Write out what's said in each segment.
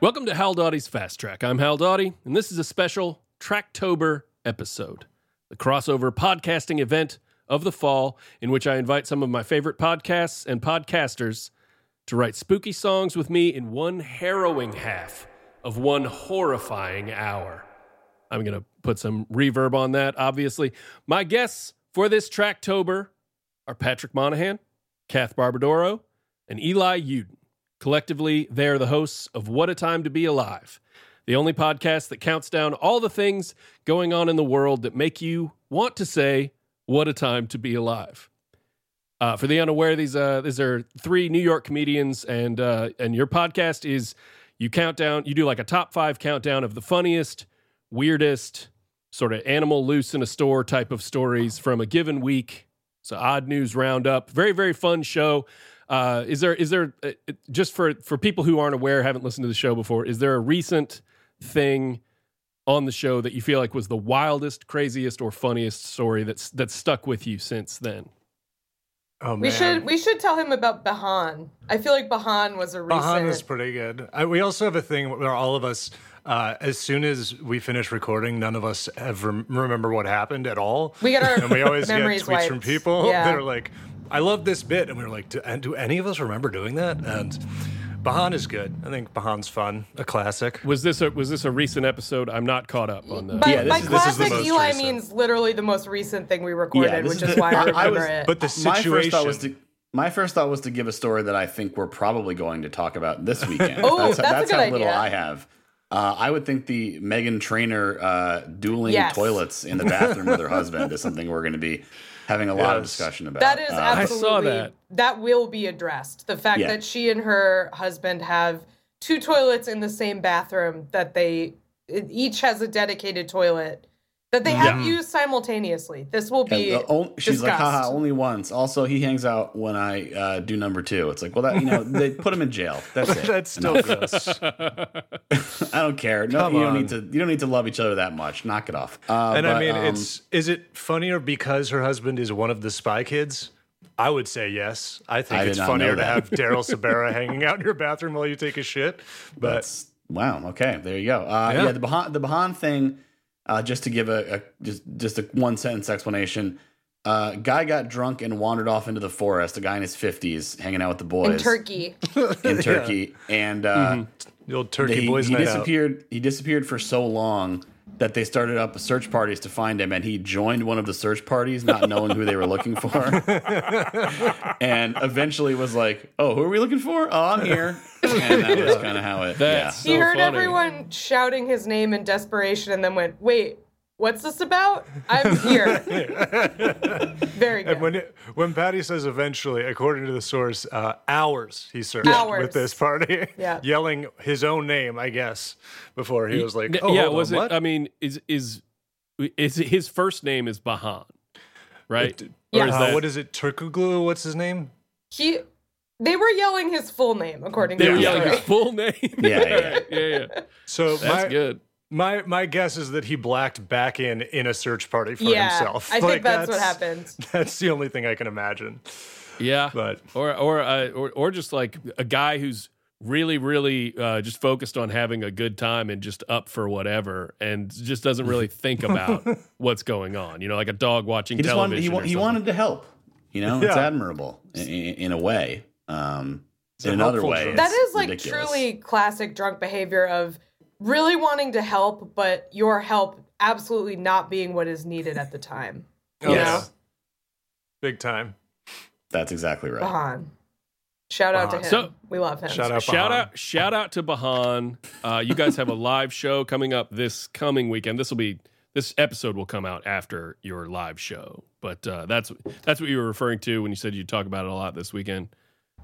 Welcome to Hal Dottie's Fast Track. I'm Hal Dottie, and this is a special Tracktober episode, the crossover podcasting event of the fall in which I invite some of my favorite podcasts and podcasters to write spooky songs with me in one harrowing half of one horrifying hour. I'm going to put some reverb on that, obviously. My guests for this Tracktober are Patrick Monahan, Kath Barbadoro, and Eli Uden. Collectively, they are the hosts of What a Time to Be Alive, the only podcast that counts down all the things going on in the world that make you want to say, What a Time to Be Alive. Uh, for the unaware, these uh, these are three New York comedians, and uh, and your podcast is you count down, you do like a top five countdown of the funniest, weirdest, sort of animal loose in a store type of stories from a given week. So odd news roundup, very very fun show. Uh, is there is there uh, it- just for for people who aren't aware, haven't listened to the show before? Is there a recent thing on the show that you feel like was the wildest, craziest, or funniest story that's that's stuck with you since then? Oh man, We should we should tell him about Bahan. I feel like Bahan was a recent. Bahan is pretty good. I, we also have a thing where all of us, uh, as soon as we finish recording, none of us have rem- remember what happened at all. We get our and we always get memories tweets from wiped. people Yeah. that are like, "I love this bit," and we were like, do, and "Do any of us remember doing that?" And Bahan is good. I think Bahan's fun, a classic. Was this a was this a recent episode? I'm not caught up on the. By, Yeah, this by is- this is classic, the most Eli recent. means literally the most recent thing we recorded, this which is is the- why I I- remember I was- it. But the situation. My first thought was to my first thought was to give a story that I think we're probably going to talk about this weekend. Oh, that's a good how little idea. I have. Uh, I would think the Megan Trainer uh, dueling Yes. toilets in the bathroom with her husband is something we're going to be having a lot of Yes. discussion about. that is Uh, absolutely saw that. that will be addressed. The fact Yeah. that she and her husband have two toilets in the same bathroom that they each has a dedicated toilet that they have used simultaneously. This will and be the on- she's like, discussed. haha, only once. Also, he hangs out when I uh, do number two. It's like, well, that you know, they put him in jail. That's it. That's still gross. I don't care. No, Come you don't on. need to. You don't need to love each other that much. Knock it off. Uh, And I but, mean, um, it's is it funnier because her husband is one of the spy kids? I would say yes. I think I did it's not know funnier to that. have Daryl Sabera hanging out in your bathroom while you take a shit. But That's wow. Okay, there you go. Uh, Yeah. yeah. the Bahan the Bahan thing. Uh, just to give a, a just just a one sentence explanation. Uh, guy got drunk and wandered off into the forest. A guy in his fifties hanging out with the in boys Turkey. in Turkey, and uh, the old Mm-hmm. turkey he, boys he night out. disappeared. He disappeared for so long that they started up search parties to find him, and he joined one of the search parties, not knowing who they were looking for, and eventually was like, "Oh, who are we looking for? Oh, I'm here." And that was kind of how it. That's he so heard funny. everyone shouting his name in desperation and then went, Wait, what's this about? I'm here. Very good. And when it, when Patty says eventually, according to the source, uh, hours he served Hours. with this party, Yeah. yelling his own name, I guess, before he was like, N- "Oh, yeah, hold on, was it? what?" I mean, is is is his first name is Bahan, right? Yeah. Or is Uh, that, what is it? Turkuglu? What's his name? he they were yelling his full name, according they to were the yelling story. his full name. Yeah, yeah. Alright, yeah, yeah. So That's my, good. My my guess is that he blacked back in in a search party for Yeah. himself. I Like, think that's, what happened. That's the only thing I can imagine. Yeah, But- or or uh, or or just like a guy who's really really uh, just focused on having a good time and just up for whatever, and just doesn't really think about what's going on. You know, like a dog watching he just wanted television. he, wa- or he something. wanted to help. You know, it's Yeah. admirable in, in, in a way. Um, a in another helpful way, drug. it's That is like ridiculous. truly classic drunk behavior of really wanting to help, but your help absolutely not being what is needed at the time. Oh, Yes. yeah. Big time. That's exactly right. Bahan. Shout out to Bahan. him. So- we love him. Shout out. Shout Bahan. out, shout out to Bahan. Uh, you guys have a live show coming up this coming weekend. This will be this episode will come out after your live show, but uh, that's that's what you were referring to when you said you talk about it a lot this weekend.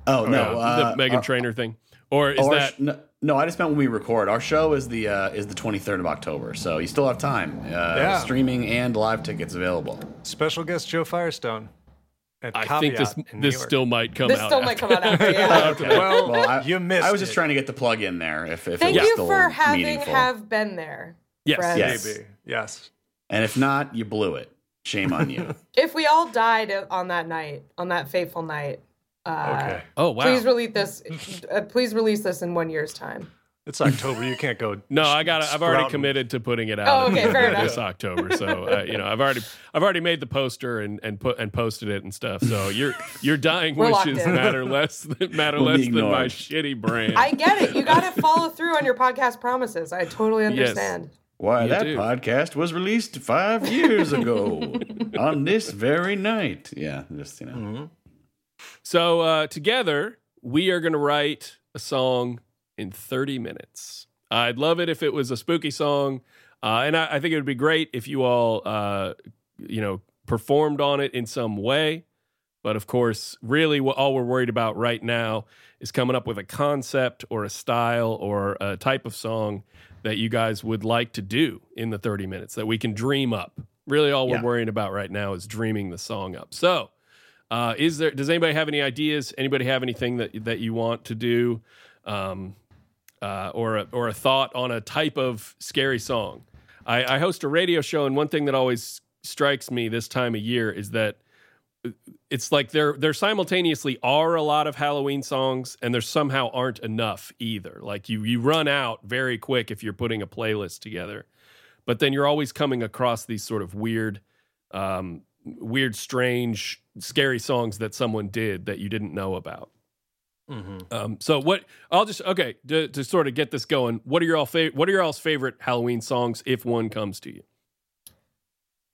Oh no, Uh, uh, the Megan our- Trainer thing, or is our that sh- no, no, I just meant when we record. Our show is the uh, is the 23rd of October, so you still have time. Uh, Yeah. Streaming and live tickets available. Special guest Joe Firestone. At I think this Caveat in New this York. still might come This out. still might come out after, yeah. Well, I, you missed. I was just it. trying to get the plug in there. If, if Thank it was you still for having meaningful. have been there. Yes. Brad. Yes. Maybe. Yes. and if not, you blew it. Shame on you. If we all died on that night, on that fateful night, uh, Okay. Oh wow! please release this. Uh, please release this in one year's time. It's October. You can't go. No, I got. I've already sprouting. committed to putting it out. Oh, okay, in- fair in enough. This October, so uh, you know, I've already, I've already made the poster and and put and posted it and stuff. So your your dying We're locked wishes in. matter less than matter Will be less than my ignored. shitty brand. I get it. You got to follow through on your podcast promises. I totally understand. Why, that do. podcast was released five years ago on this very night. Yeah, just, you know. Mm-hmm. so uh, together we are going to write a song in 30 minutes. I'd love it if it was a spooky song, uh, and I, I think it would be great if you all, uh, you know, performed on it in some way. But of course, really, what all we're worried about right now is coming up with a concept or a style or a type of song that you guys would like to do in the 30 minutes that we can dream up. Really, all we're Yeah. worrying about right now is dreaming the song up. So, uh, is there? Does anybody have any ideas? Anybody have anything that that you want to do, um, uh, or a, or a thought on a type of scary song? I, I host a radio show, and one thing that always strikes me this time of year is that uh, it's like there there simultaneously are a lot of Halloween songs and there somehow aren't enough either. Like you you run out very quick if you're putting a playlist together. But then you're always coming across these sort of weird um weird strange scary songs that someone did that you didn't know about. Um, so what I'll just okay to, to sort of get this going. What are your all favorite? What are your all's favorite Halloween songs if one comes to you?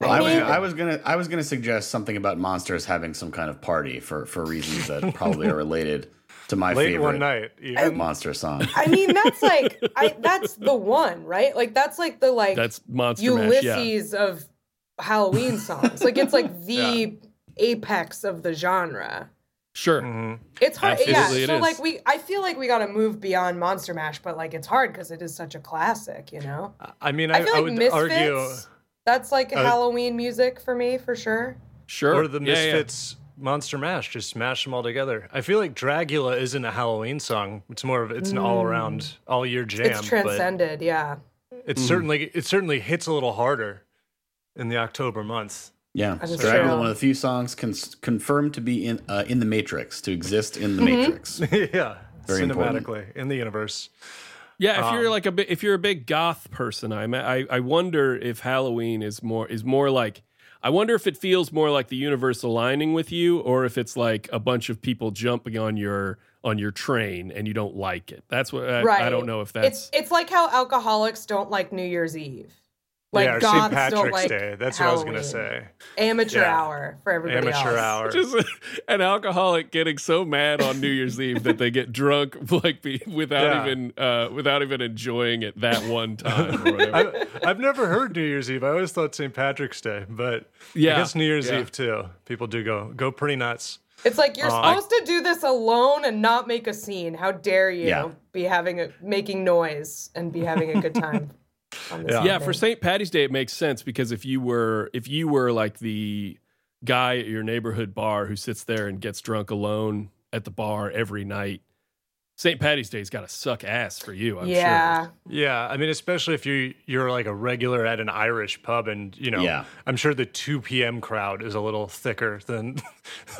I was, mean- I was gonna I was gonna suggest something about monsters having some kind of party for for reasons that probably are related to my Late favorite one night. Yeah. monster song. I mean, that's like I that's the one, right? Like that's like the like That's Monster Mash. Yeah. Ulysses of Halloween songs. Like it's like the apex of the genre. Sure. Mm-hmm. It's hard, Absolutely yeah. it So is. like we, I feel like we got to move beyond Monster Mash, but like it's hard because it is such a classic, you know. I mean, I, I, feel I like would Misfits. argue, Uh, that's like Halloween music for me for sure. Sure. or the Yeah, yeah. Misfits Monster Mash, just smash them all together. I feel like Dracula isn't a Halloween song. It's more of it's an all around, all year jam. Mm. it's but transcended, yeah. it's certainly it certainly hits a little harder in the October month. Yeah, just Dracula, feel- one of the few songs con- confirmed to be in uh, in the Matrix, to exist in the Matrix. yeah, Very cinematically important. in the universe. Yeah, if you're like a bi- if you're a big goth person, I, ma- I I wonder if Halloween is more is more like I wonder if it feels more like the universe aligning with you, or if it's like a bunch of people jumping on your on your train and you don't like it. That's what I, right. I don't know if that's it's it's like how alcoholics don't like New Year's Eve. Like yeah, or goths St. don't Patrick's like Day. That's what I was Halloween. gonna say. Amateur Yeah. hour for everybody Amateur else. hour. just an alcoholic getting so mad on New Year's Eve that they get drunk like be, without Yeah. even uh, without even enjoying it that one time. Or whatever. I, I've never heard New Year's Eve. I always thought St. Patrick's Day, but Yeah, I guess New Year's yeah. Eve too. People do go go pretty nuts. It's like you're Uh, supposed to do this alone and not make a scene. How dare you Yeah. be having a making noise and be having a good time? on this Yeah. yeah, thing. for St. Patty's Day it makes sense because if you were if you were like the guy at your neighborhood bar who sits there and gets drunk alone at the bar every night, St. Patty's Day's got to suck ass for you. I'm yeah. sure. Yeah, I mean, especially if you you're like a regular at an Irish pub, and you know, Yeah. I'm sure the 2 p.m. crowd is a little thicker than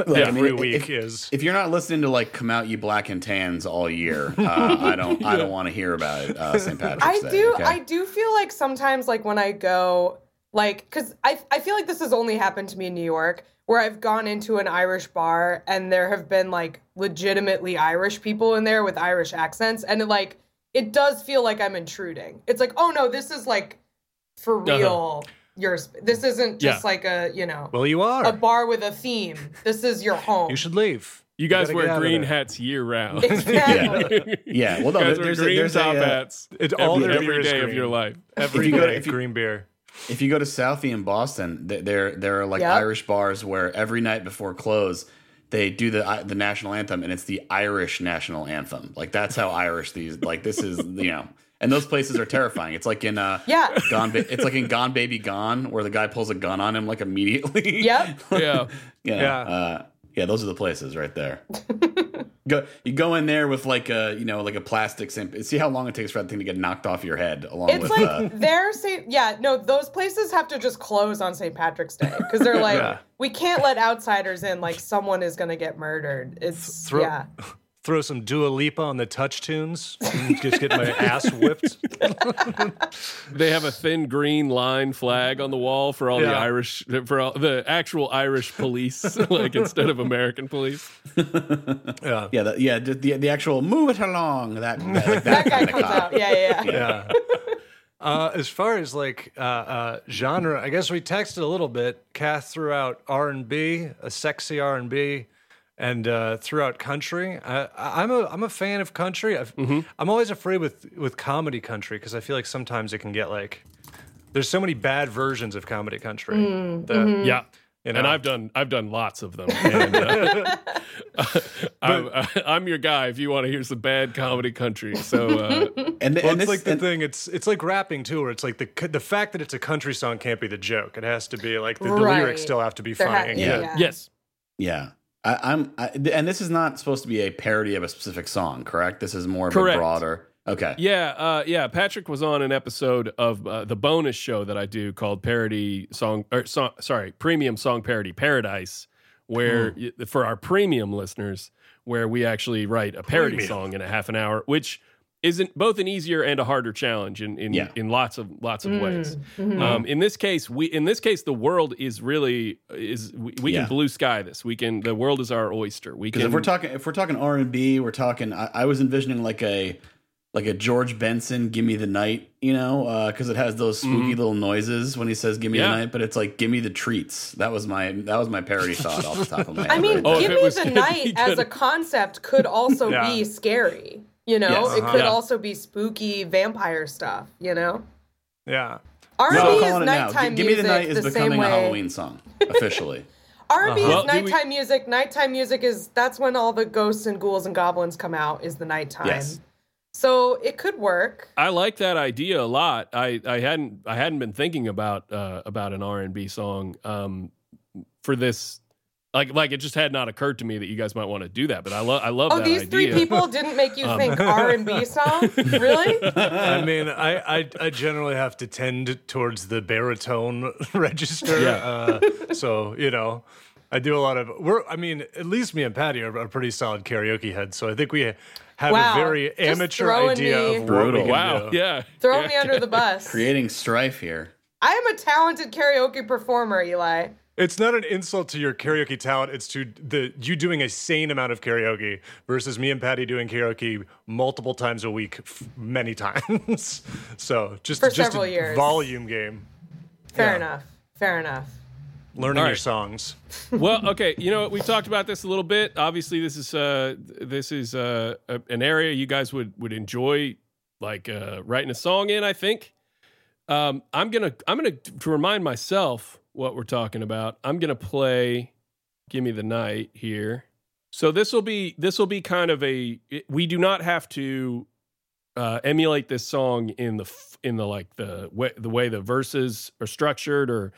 Like, I mean, every if- week if, is. If you're not listening to like "Come Out You Black and Tans" all year, uh, I don't I don't want to hear about it. Uh, St. Patrick's I Day. do. okay? I do feel like sometimes, like when I go, like, cause I I feel like this has only happened to me in New York, where I've gone into an Irish bar and there have been like legitimately Irish people in there with Irish accents, and it, like it does feel like I'm intruding. It's like, oh no, this is like for Uh-huh. real. Yours. This isn't just Yeah. like a you know well, you a are. bar with a theme. This is your home. You should leave. You guys gotta get out wear of green there. hats year round. exactly. yeah, well, no, you guys wear there's a, green there's top a, uh, hats. It's every- all their beer every is day of your green. life. Every you go to- day, if you- green beer. If you go to Southie in Boston, th- there there are like Yep. Irish bars where every night before close, they do the I- the national anthem, and it's the Irish national anthem. Like that's how Irish these like this is you know. And those places are terrifying. It's like in uh, Yeah. Gone. Ba- it's like in Gone Baby Gone, where the guy pulls a gun on him like immediately. Yep. Yeah. You know, Yeah. Uh, yeah, those are the places right there. go, you go in there with like a, you know, like a plastic simp. See how long it takes for that thing to get knocked off your head. Along It's with, like uh, they're saying, yeah, no, those places have to just close on St. Patrick's Day because they're like, Yeah. we can't let outsiders in. Like someone is gonna get murdered. It's Throw yeah, throw some Dua Lipa on the touch tunes, and just get my ass whipped. They have a thin green line flag on the wall for all the Yeah. Irish, for all, the actual Irish police, like instead of American police. Yeah, the, yeah, the, the, the actual move it along that that, like That that guy kind of comes out. cop. Yeah, yeah, yeah. Yeah. Uh, as far as like uh, uh, genre, I guess we texted a little bit. Kath threw out R and B, a sexy R and B, and uh, threw out country. I, I- I'm a I'm a fan of country. I've, Mm-hmm. I'm always afraid with with comedy country because I feel like sometimes it can get like there's so many bad versions of comedy country. that- Yeah. You know? And I've done I've done lots of them. And, uh, I'm, uh, I'm your guy if you want to hear some bad comedy country. So uh, And, Well, and it's this, like the and- thing. It's it's like rapping too, where it's like the c- the fact that it's a country song can't be the joke. It has to be like the, the Right. lyrics still have to be They're ha- funny. Yeah. yes, yeah, I, I'm, I, and this is not supposed to be a parody of a specific song, correct? This is more of Correct. a broader. Okay, yeah, uh, yeah. Patrick was on an episode of uh, the bonus show that I do called Parody Song or song, sorry Premium Song Parody Paradise, where y- for our premium listeners, where we actually write a parody Premium. song in a half an hour, which isn't both an easier and a harder challenge in in, Yeah. in lots of lots of ways. Mm-hmm. Um, in this case, we in this case the world is really is we, we Yeah. can blue sky this. We can the world is our oyster. We because can if we're talking if we're talking R and B, we're talking. I, I was envisioning like a like a George Benson, "Give Me the Night," you know, because it has those spooky little noises when he says "Give Me Mm-hmm. Yeah. the Night," but it's like "Give Me the treats." That was my that was my parody thought off the top of my head. I mean, right now. if give it me was the gonna be night as a good. concept could also Yeah. be scary. You know, Yes. it could Yeah. also be spooky vampire stuff. You know, yeah. R&B That's what I'm is calling it now. nighttime Gi- Give me the music night is the same becoming way. a Halloween song officially. R&B Well, is do we- nighttime music. Nighttime music is that's when all the ghosts and ghouls and goblins come out is the nighttime. Yes. So it could work. I like that idea a lot. I, I hadn't I hadn't been thinking about uh, about an R and B song um, for this. Like like it just had not occurred to me that you guys might want to do that. But I love I love Oh, that these idea. three people didn't make you think R&B song? Really? I mean, I, I I generally have to tend towards the baritone register. Uh, so you know, I do a lot of. We're I mean, at least me and Patty are, are pretty solid karaoke heads. So I think we have Wow. a very Just amateur throwing idea me- of what Brutal. we can Wow. do. Yeah. Throw me under the bus. Creating strife here. I am a talented karaoke performer, Eli. It's not an insult to your karaoke talent. It's to the you doing a sane amount of karaoke versus me and Patty doing karaoke multiple times a week, f- many times. so just For just several a years. volume game, Fair Yeah. enough. Fair enough. learning All your right. songs. well, okay. You know, what? we've talked about this a little bit. Obviously, this is uh, th- this is uh, a- an area you guys would would enjoy, like uh, writing a song in. I think. Um, I'm gonna I'm gonna to remind myself what we're talking about. I'm gonna play "Give Me the Night" here. So this will be this will be kind of a it- we do not have to uh, emulate this song in the f- in the like the way the way the verses are structured or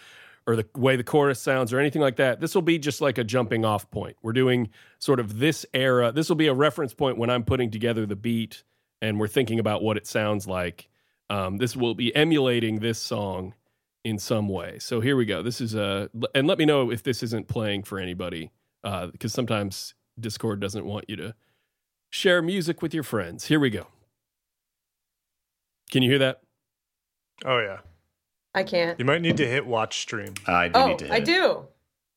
or the way the chorus sounds or anything like that. This will be just like a jumping off point. We're doing sort of this era. This will be a reference point when I'm putting together the beat and we're thinking about what it sounds like. Um, this will be emulating this song in some way. So here we go. This is a and let me know if this isn't playing for anybody because sometimes Discord doesn't want you to share music with your friends. Here we go. Can you hear that? Oh yeah, I can't. you might need to hit watch stream. Uh, I do Oh, need to. Hit I it. do.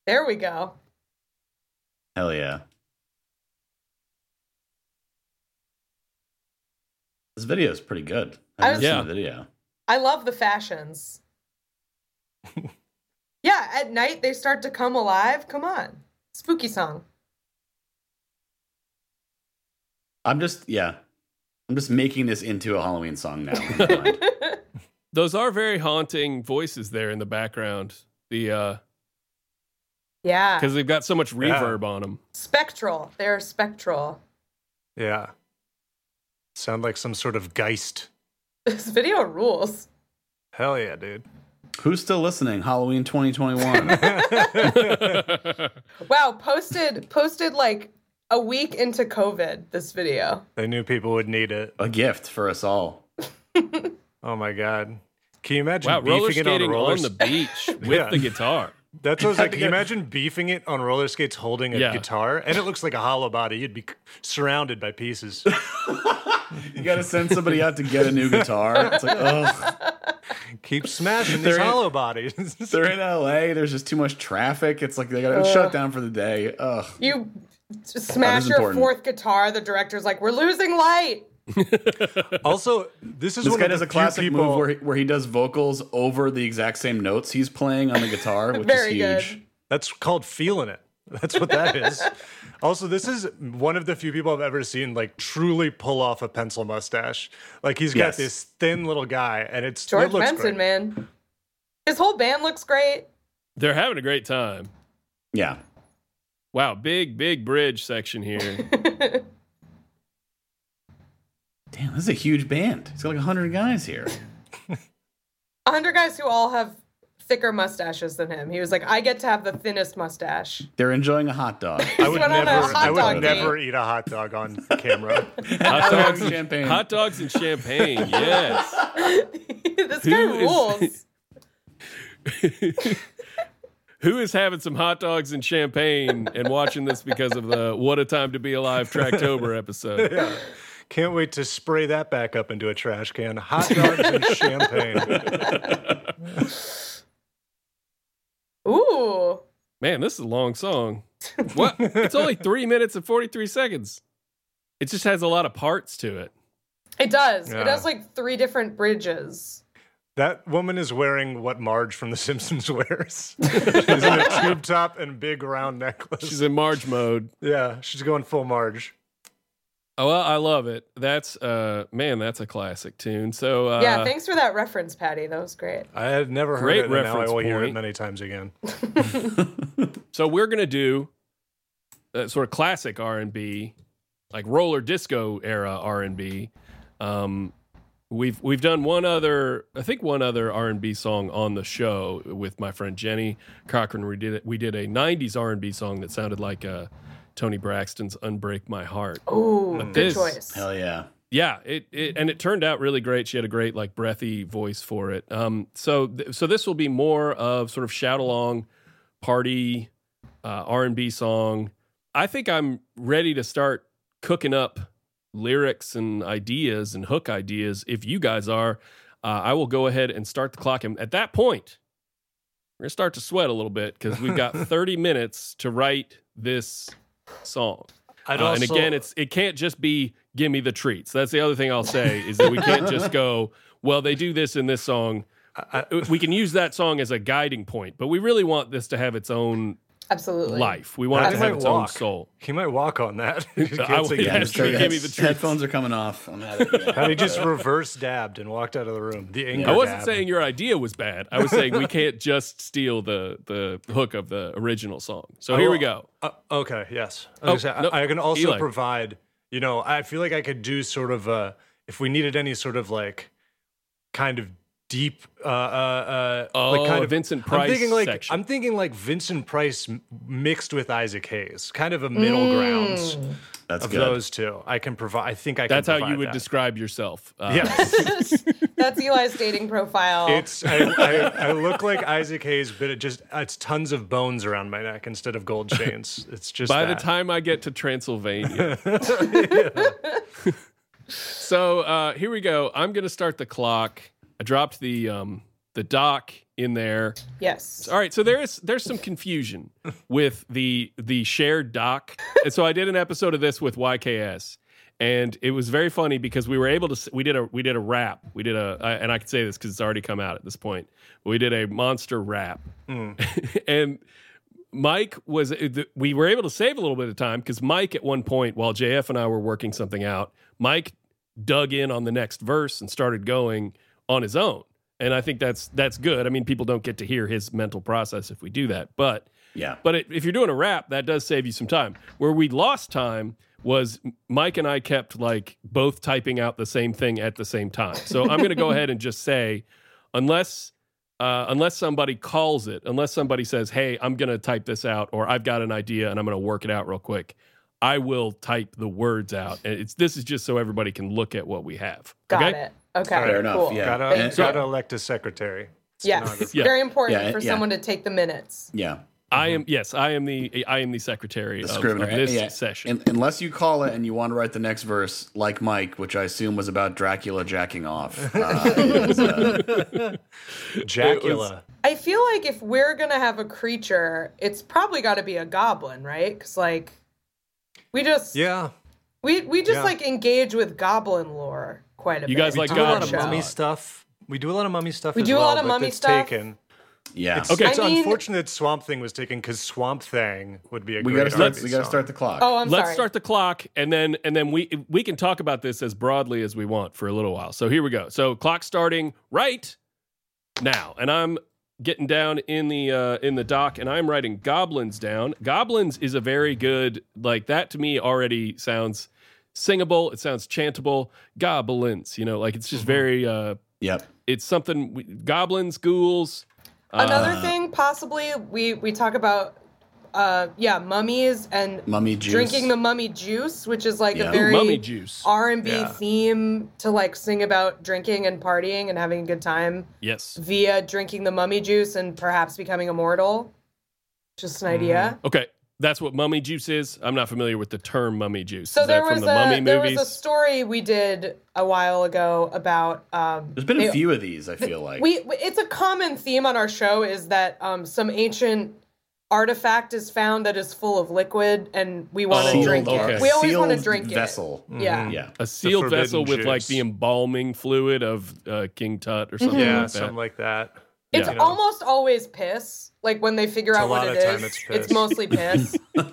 There we go. Hell yeah. This video is pretty good. I I was- was, Yeah. the video. I love the fashions. yeah, at night they start to come alive. Come on. Spooky song. I'm just yeah. I'm just making this into a Halloween song now. in my mind. Those are very haunting voices there in the background. The uh, Yeah. because they've got so much Yeah. reverb on 'em. on them. Spectral. They're spectral. Yeah, sound like some sort of geist. This video rules. Hell yeah, dude. Who's still listening? Halloween 2021. Wow, posted posted like a week into COVID, this video. They knew people would need it. a gift for us all. Oh my god, can you imagine Wow, roller beefing it on a skating roller on the s- beach with Yeah. the guitar. That's what I was like. Can you Yeah. imagine beefing it on roller skates holding a Yeah. guitar? And it looks like a hollow body. You'd be c- surrounded by pieces. You got to send somebody out to get a new guitar. It's like, oh, Keep smashing these They're in- hollow bodies. they're in LA. There's just too much traffic. It's like they got to shut down for the day. Ugh. You smash your important. fourth guitar. The director's like, "We're losing light." also, this is This one guy of the does a few classic people, move where he, where he does vocals over the exact same notes he's playing on the guitar, which is Very good. huge. That's called feeling it. That's what that is. also, this is one of the few people I've ever seen like truly pull off a pencil mustache. Like he's got Yes. this thin little guy, and it's it George looks Benson, great. man, his whole band looks great. They're having a great time. Yeah. Wow, big, big bridge section here. Damn, this is a huge band. He's got like 100 guys here. A hundred guys who all have thicker mustaches than him. He was like, "I get to have the thinnest mustache." They're enjoying a hot dog. I would went on a never, hot I would dog date. never eat a hot dog on camera. Hot dogs and champagne. Hot dogs and champagne, yes. this Who guy is- rules. Who is having some hot dogs and champagne and watching this because of the What a Time to Be Alive Tracktober episode? Can't wait to spray that back up into a trash can. Hot dogs and champagne. Ooh, Man, this is a long song. What? It's only three minutes and 43 seconds. It just has a lot of parts to it. it does. Yeah. It does like three different bridges. That woman is wearing what Marge from The Simpsons wears. She's in a tube top and big round necklace. She's in Marge mode. yeah, she's going full Marge. Oh, well, I love it. That's, uh, man, that's a classic tune. So, uh, yeah, thanks for that reference, Patty. That was great. I had never heard Great it, and now I reference will hear it point. many times again. So we're gonna do uh, sort of classic R and B, like roller disco era R and B. Um, we've we've done one other, I think one other R and B song on the show with my friend Jenny Cochran. We did it, we did a '90s R and B song that sounded like uh, Tony Braxton's "Unbreak My Heart." Ooh, good this- choice. Hell yeah. Yeah, it, it and it turned out really great. She had a great like breathy voice for it. Um, so th- so this will be more of sort of shout along, party, uh, R and B song. I think I'm ready to start cooking up lyrics and ideas and hook ideas. If you guys are, uh, I will go ahead and start the clock. And at that point, we're gonna start to sweat a little bit because we've got 30 minutes to write this song. I'd Uh, and again, it's it can't just be give me the treats. That's the other thing I'll say is that we can't just go. Well, they do this in this song. Uh, we can use that song as a guiding point, but we really want this to have its own Absolutely. life. We want it I to have might its own walk. soul. He might walk on that. he I can't would- say yeah, yes. sure. Mr. Give me the Yes. truth. Headphones are coming off. I'm out of here. He just reverse dabbed and walked out of the room. The anger I wasn't dab. saying your idea was bad. I was saying we can't just steal the the hook of the original song. So here we go. Uh, okay, yes. I, was gonna say, I- Oh, no, I, can also Eli. provide, you know, I feel like I could do sort of a, if we needed any sort of like kind of deep, uh, uh, uh, Oh, like kind a of Vincent I'm Price thinking like, section. I'm thinking like Vincent Price m- mixed with Isaac Hayes, kind of a middle grounds Mm. That's of good. those two. I can provide, I think I can That's how you provide would that. describe yourself. Uh, Yes. That's Eli's dating profile. It's I, I, I look like Isaac Hayes, but it just uh, it's tons of bones around my neck instead of gold chains. It's just By that. the time I get to Transylvania. so uh, here we go. I'm going to start the clock. I dropped the um, the dock in there. yes. All right, so there is there's some confusion with the the shared doc, and so I did an episode of this with YKS, and it was very funny because we were able to s- we did a we did a rap we did a I- and I can say this because it's already come out at this point. We did a monster rap, and Mike was uh, we were able to save a little bit of time because Mike at one point while JF and I were working something out, Mike dug in on the next verse and started going on his own. And I think that's that's good. I mean, people don't get to hear his mental process if we do that, but Yeah. but it, if you're doing a rap, that does save you some time. Where we lost time was Mike and I kept like both typing out the same thing at the same time. So I'm going to go ahead and just say, unless uh, unless somebody calls it, unless somebody says, "Hey, I'm going to type this out," or "I've got an idea and I'm going to work it out real quick," I will type the words out. And it's this is just so everybody can look at what we have. Got it. Okay. Fair enough. Cool. Yeah. gotta And- gotta elect a secretary. Yes, Yeah. very important Yeah, for yeah. someone to take the minutes. Yeah. I am yes, I am the I am the secretary of, Scrivener. of this Yeah. session. Un- unless you call it and you want to write the next verse, like Mike, which I assume was about Dracula jacking off. Uh, it was, uh, Jacula. I feel like if we're gonna have a creature, it's probably got to be a goblin, right? Because like, we just yeah. we we just Yeah. like engage with goblin lore quite a bit. You guys like Like We do a lot God of show. mummy stuff. We do a lot of mummy stuff. We as do a well, lot of but mummy that's stuff. Taken. yeah. Okay. Okay. It's I mean- unfortunate Swamp Thing was taken because Swamp Thing would be a We great gotta start. RB We gotta song. start the clock. Oh, I'm Let's sorry. start the clock and then and then we we can talk about this as broadly as we want for a little while. So here we go. So clock starting right now. And I'm getting down in the uh in the dock and I'm writing goblins down. Goblins is a very good like that to me already sounds singable, it sounds chantable. Goblins, you know, like it's just very uh Yep. it's something we, goblins, ghouls, Another Uh. thing, possibly we we talk about, uh, yeah, mummies and Mummy juice. drinking the mummy juice, which is like Yeah. a Ooh, very mummy juice. R and B Yeah. theme to like sing about drinking and partying and having a good time Yes. via drinking the mummy juice and perhaps becoming immortal. Just an idea. Okay, that's what mummy juice is. I'm not familiar with the term mummy juice. So is there that was from the mummy a there movies? was a story we did a while ago about um, There's been a it- few of these. I feel like. We we- it's a common theme on our show is that um, some ancient artifact is found that is full of liquid, and we want to Sealed, Oh, drink okay. Mm-hmm. it. We always want to Sealed drink vessel. it. Yeah. Yeah. a sealed forbidden vessel with like juice. the embalming fluid of uh, King Tut or something Yeah, like that. something like that. It's Yeah. almost always piss. Like when they figure a out what lot of it is, time it's piss. mostly piss. You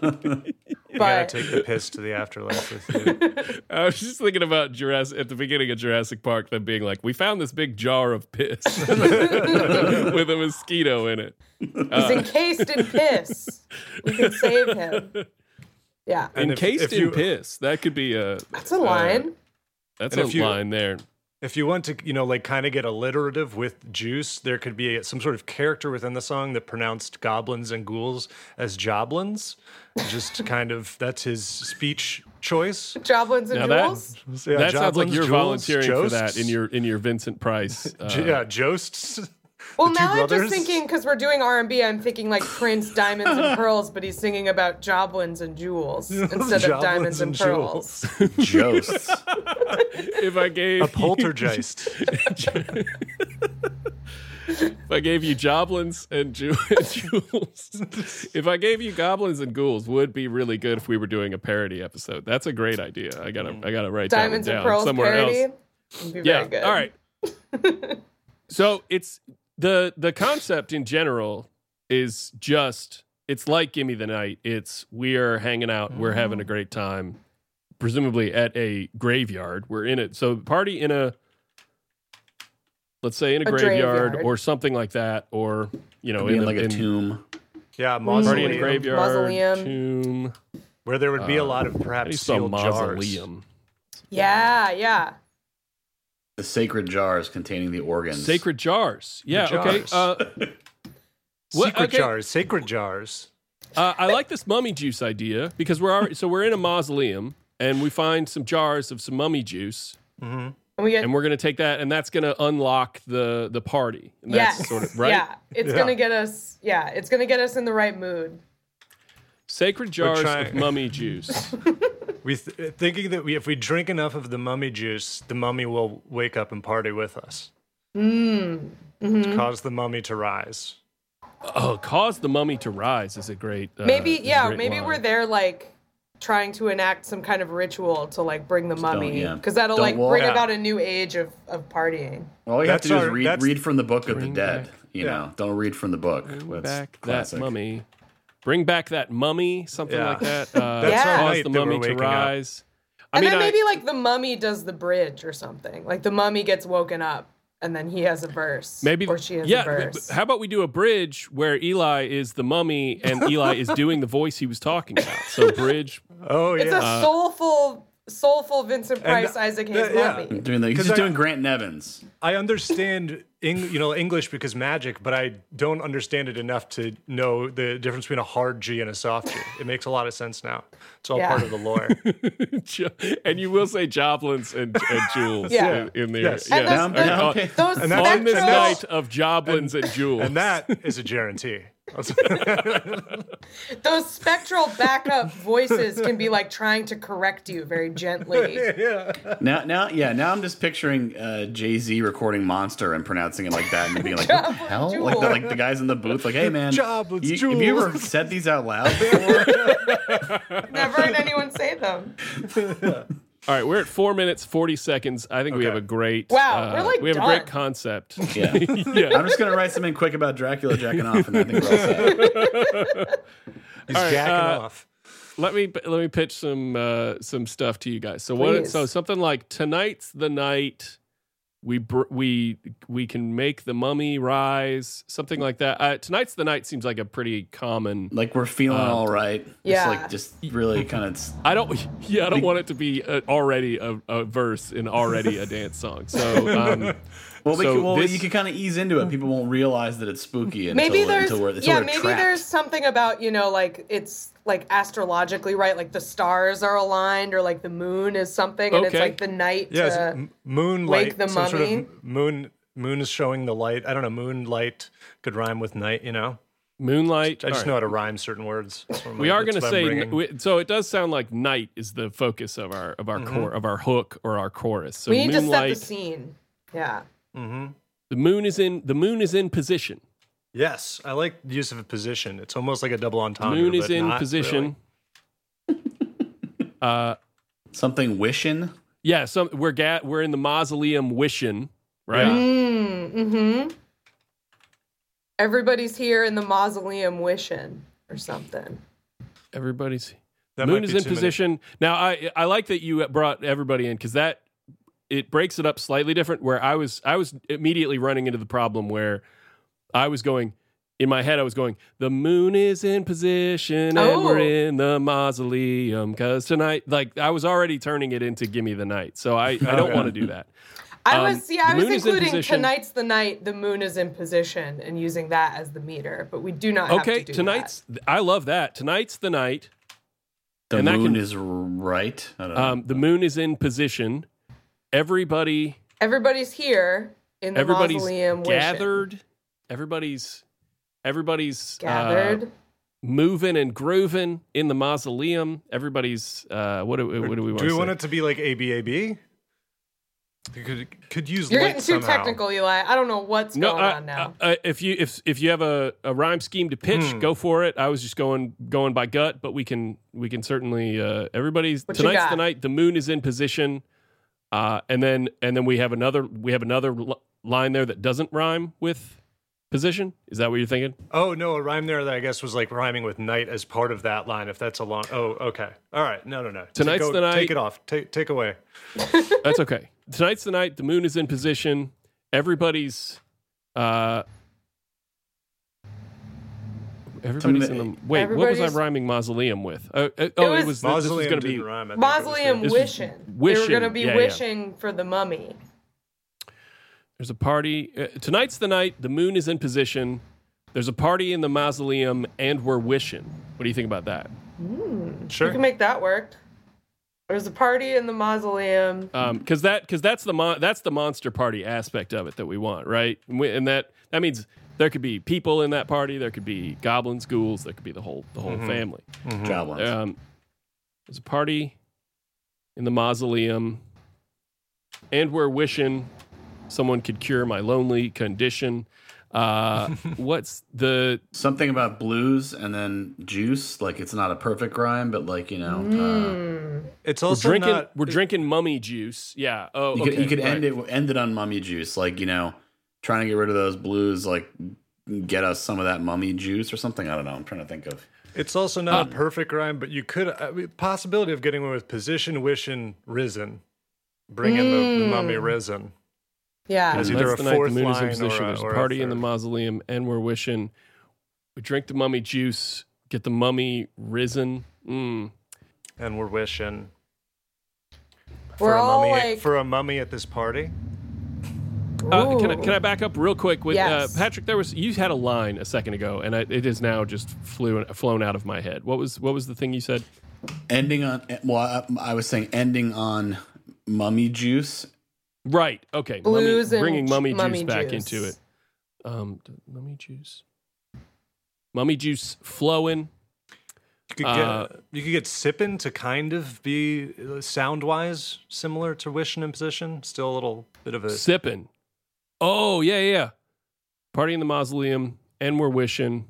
but gotta take the piss to the afterlife with you. I was just thinking about Jurassic at the beginning of Jurassic Park, them being like, "We found this big jar of piss with a mosquito in it." uh, he's encased in piss. We can save him. Yeah, And uh, if- Encased if you- in piss. That could be a that's a line. that's and a if you- line there. If you want to, you know, like kind of get alliterative with juice, there could be some sort of character within the song that pronounced goblins and ghouls as joblins. Just kind of that's his speech choice. Joblins and Now that- jewels. So, yeah, that sounds like joblins, you're jewels, volunteering for that josts. in your in your Vincent Price. Uh, J- yeah josts. Well, The two now I'm brothers? just thinking because we're doing R and B, I'm thinking like Prince, diamonds and pearls, but he's singing about joblins and jewels instead of Joblins diamonds and, and pearls. Josts. If I gave A poltergeist. If I gave you goblins and ju- and jewels, if I gave you goblins and ghouls, would be really good if we were doing a parody episode. That's a great idea. I gotta, I gotta write that one Diamonds and down pearls somewhere parody. else. Would be Yeah. very good. All right. so it's the the concept in general is just it's like Gimme the Night. It's we are hanging out, we're having a great time, presumably at a graveyard. We're in it. So party in a let's say in a, A graveyard, graveyard. or something like that, or you know, Being in, like a in- tomb. Yeah, Party in a mausoleum. graveyard, Mausoleum. tomb. Where there would be a lot of Uh, I perhaps saw sealed jars. mausoleum. Yeah, yeah. The sacred jars containing the organs. Sacred jars. Yeah. Okay. jars. Uh, What- Secret okay. jars, sacred jars. Uh, I like this mummy juice idea because we're already, so we're in a mausoleum and we find some jars of some mummy juice And we get and we're gonna take that and that's gonna unlock the the party. And that's yes, sort of right. Yeah, it's Yeah. gonna get us. Yeah, it's gonna get us in the right mood. Sacred jars of trying- mummy juice. We th- thinking that we, if we drink enough of the mummy juice, the mummy will wake up and party with us. Cause the mummy to rise. oh, cause the mummy to rise is a great. Uh, Maybe is a yeah, great maybe line. we're there like trying to enact some kind of ritual to like bring the mummy yeah. because that'll Don't like wall- bring Yeah. about a new age of of partying. All you have That's to do is our- read, that's- read from the book of the dead. back- you yeah. know, don't read from the book. That's back classic. that mummy. Bring back that mummy, something Yeah. like that. Uh, That's our Cause night the that we're mummy to waking up. rise. I And mean, then I- maybe like the mummy does the bridge or something. Like the mummy gets woken up and then he has a verse. Maybe or she has yeah. a verse. How about we do a bridge where Eli is the mummy and Eli is doing the voice he was talking about? So bridge. Oh it's yeah. a soulful, soulful Vincent Price And, Isaac uh, Hayes yeah. mummy. Doing the, he's 'Cause just I- doing Grant Nevins. I understand Eng- you know English because magic, but I don't understand it enough to know the difference between a hard G and a soft G. It makes a lot of sense now. It's all Yeah. part of the lore. Jo- and you will say Joplin's and, and Jules Yeah. in, in there. Yes. Yes. And those- Okay. Yeah, On- okay. Those And that's- On this and spectrals- night of Joplin's and, Jules. and that is a guarantee. those spectral backup voices can be like trying to correct you very gently. Now, now, yeah, now I'm just picturing uh, Jay Z recording "Monster" and pronouncing it like that, and being like, "What the hell?" Jewel. Like the, like the guys in the booth, like, "Hey, man, Job with you, have you ever Jewel." said these out loud before?" Never heard anyone say them. All right, we're at four minutes forty seconds. I think we Okay. have a great. uh, Wow, we're, like, we have a great done. concept. yeah, yeah. I'm just gonna write something quick about Dracula jacking off, and I think we're all set. He's jacking uh, off. Let me let me pitch some uh, some stuff to you guys. So what? Please. So something like tonight's the night we br- we we can make the mummy rise. Something like that. Uh, tonight's the night seems like a pretty common. Like we're feeling all right. It's yeah. like just really kind of. I don't. Yeah, I don't want it to be uh already a, a verse and already a dance song. So um, Well, we So can, well this- you can kind of ease into it. People won't realize that it's spooky until, Maybe there's until we're until yeah, we're maybe trapped. there's something about, you know, like it's like astrologically right, like the stars are aligned or like the moon is something and it's Okay. like the night Yes, to- m- moonlight. the some sort mummy. of moon. Moon is showing the light. I don't know. Moonlight could rhyme with night. You know. moonlight. I All just right. know how to rhyme certain words. That's one of We my- are that's going to what I'm say bringing. we, so. It does sound like night is the focus of our of our Mm-hmm. cor- of our hook or our chorus. So we need to set moonlight, the scene. Yeah. the moon is in the moon is in position. Yes, I like the use of a position. It's almost like a double The entendre. moon is but in not position. really. uh, something wishing. yeah. So we're ga- we're in the mausoleum wishing, right? Yeah. Mm, mm-hmm. Everybody's here in the mausoleum wishing or something. Everybody's That moon might is be in too many. position. Now I I like that you brought everybody in because that it breaks it up slightly different. Where I was I was immediately running into the problem where I was going in my head I was going the moon is in position and we're Oh. in the mausoleum because tonight like I was already turning it into give me the night so I I don't Okay. want to do that. I Um, was see, I the was moon is in including position. tonight's the night the moon is in position and using that as the meter, but we do not Okay, have to do tonight's I love that tonight's the night The And that moon can- is right. I don't know. um, the moon is in position everybody that. Everybody's here in the everybody's mausoleum wishing. gathered uh, everybody's everybody's uh, gathered. moving and grooving in the mausoleum everybody's uh what do, what do we want Do we to want say? it to be like ABAB? You could could use You're light getting too somehow. technical, Eli. I don't know what's going uh, on now. uh, uh, if you if if you have a, a rhyme scheme to pitch, go for it. I was just going going by gut, but we can we can certainly uh, everybody's What you tonight's got? the night. The moon is in position, uh, and then and then we have another we have another l- line there that doesn't rhyme with position. Is that what you're thinking? Oh no, a rhyme there that I guess was like rhyming with night as part of that line. If that's a long. Oh, okay. All right. No, no, no. Take- Tonight's go- the night- Take it off. Take take away. That's okay. Tonight's the night. The moon is in position. Everybody's. Uh, Everybody's in the wait. What was Everybody's- I rhyming mausoleum with? Uh, uh, oh, it was- was, this Mausoleum is going to didn't be rhyme. I think it was Mausoleum This was wishing. They were wishing. going to be Yeah, yeah. wishing for the mummy. There's a party. Uh, tonight's the night. The moon is in position. There's a party in the mausoleum, and we're wishing. What do you think about that? the- We can Sure. make that work. There's a party in the mausoleum. Because Um, that because that's the mon- that's the monster party aspect of it that we want, right? And, we, and that that means there could be people in that party. There could be goblins, ghouls. There could be the whole the whole Mm-hmm. family. Javelins. Um, there's a party in the mausoleum, and we're wishing someone could cure my lonely condition. Uh, what's the something about blues and then juice. Like it's not a perfect rhyme, but like you know, Mm. uh, It's we're also drinking? not. we're drinking mummy juice. Yeah. Oh, you okay, could you could end right. it end it on mummy juice. Like you know, trying to get rid of those blues. Like get us some of that mummy juice or something. I don't know. I'm trying to think of. It's also not a Uh, perfect rhyme, but you could I mean, possibility of getting away with position, wishing, risen, bring in the, the Hmm. mummy risen. Yeah. Is And either that's a the night the fourth moon is in line or position. a- There's a or a party in the third. mausoleum, and we're wishing. We drink the mummy juice. Get the mummy risen. Mm. and we're wishing We're for a all mummy like, for a mummy at this party. Uh, can, I, Ooh. can I back up real quick with Yes. uh, Patrick? There was you had a line a second ago, and I, it is now just flew flown out of my head. What was what was the thing you said? Ending on well, I, I was saying ending on mummy juice. Right. Okay. Mummy- Blues and bringing mummy, mummy juice back juice. into it. Um, d- mummy juice. Mummy juice flowing. You could, Uh, get, you could get sippin' to kind of be sound wise similar to wishing and position. Still a little bit of a sipping. Oh yeah, yeah, yeah. Party in the mausoleum, and we're wishing,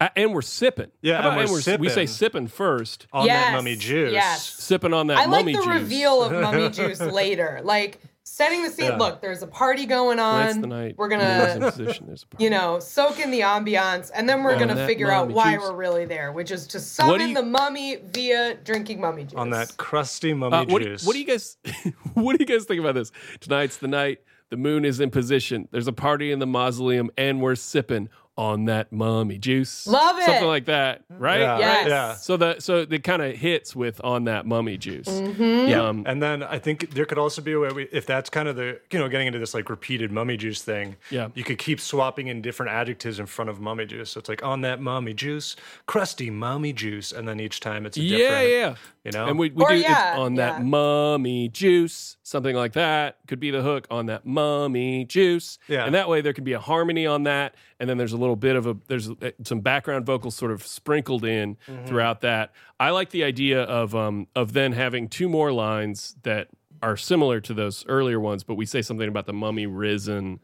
Uh, and we're sipping. Yeah, How about and we're We say sipping sipping. first, on Yes, that mummy juice. yes. sipping on that I like mummy the juice. reveal of mummy juice later. Like setting the scene. Yeah. Look, there's a party going Tonight's on. the night. We're Mummies in gonna, position. There's a party. you know, soak in the ambiance, and then we're On gonna that figure out mummy why juice. we're really there, which is to What do summon you- the mummy via drinking mummy juice. On that crusty mummy Uh, what, do- juice. what do you guys? what do you guys think about this? Tonight's the night. The moon is in position. There's a party in the mausoleum, and we're sipping on that mummy juice. Love it. Something like that, right? Yeah, Yes. yeah. So the so it kind of hits with on that mummy juice. Mm-hmm. Yeah. Um, And then I think there could also be a way we, if that's kind of the you know getting into this like repeated mummy juice thing. Yeah. you could keep swapping in different adjectives in front of mummy juice. So it's like on that mummy juice, crusty mummy juice, and then each time it's a different. yeah, yeah. You know, And we, we Or do yeah, it's on that yeah. mummy juice, something like that. Could be the hook on that mummy juice. Yeah. And that way there can be a harmony on that. And then there's a little bit of a, there's uh, some background vocals sort of sprinkled in Mm-hmm. throughout that. I like the idea of, um, of then having two more lines that are similar to those earlier ones, but we say something about the mummy risen.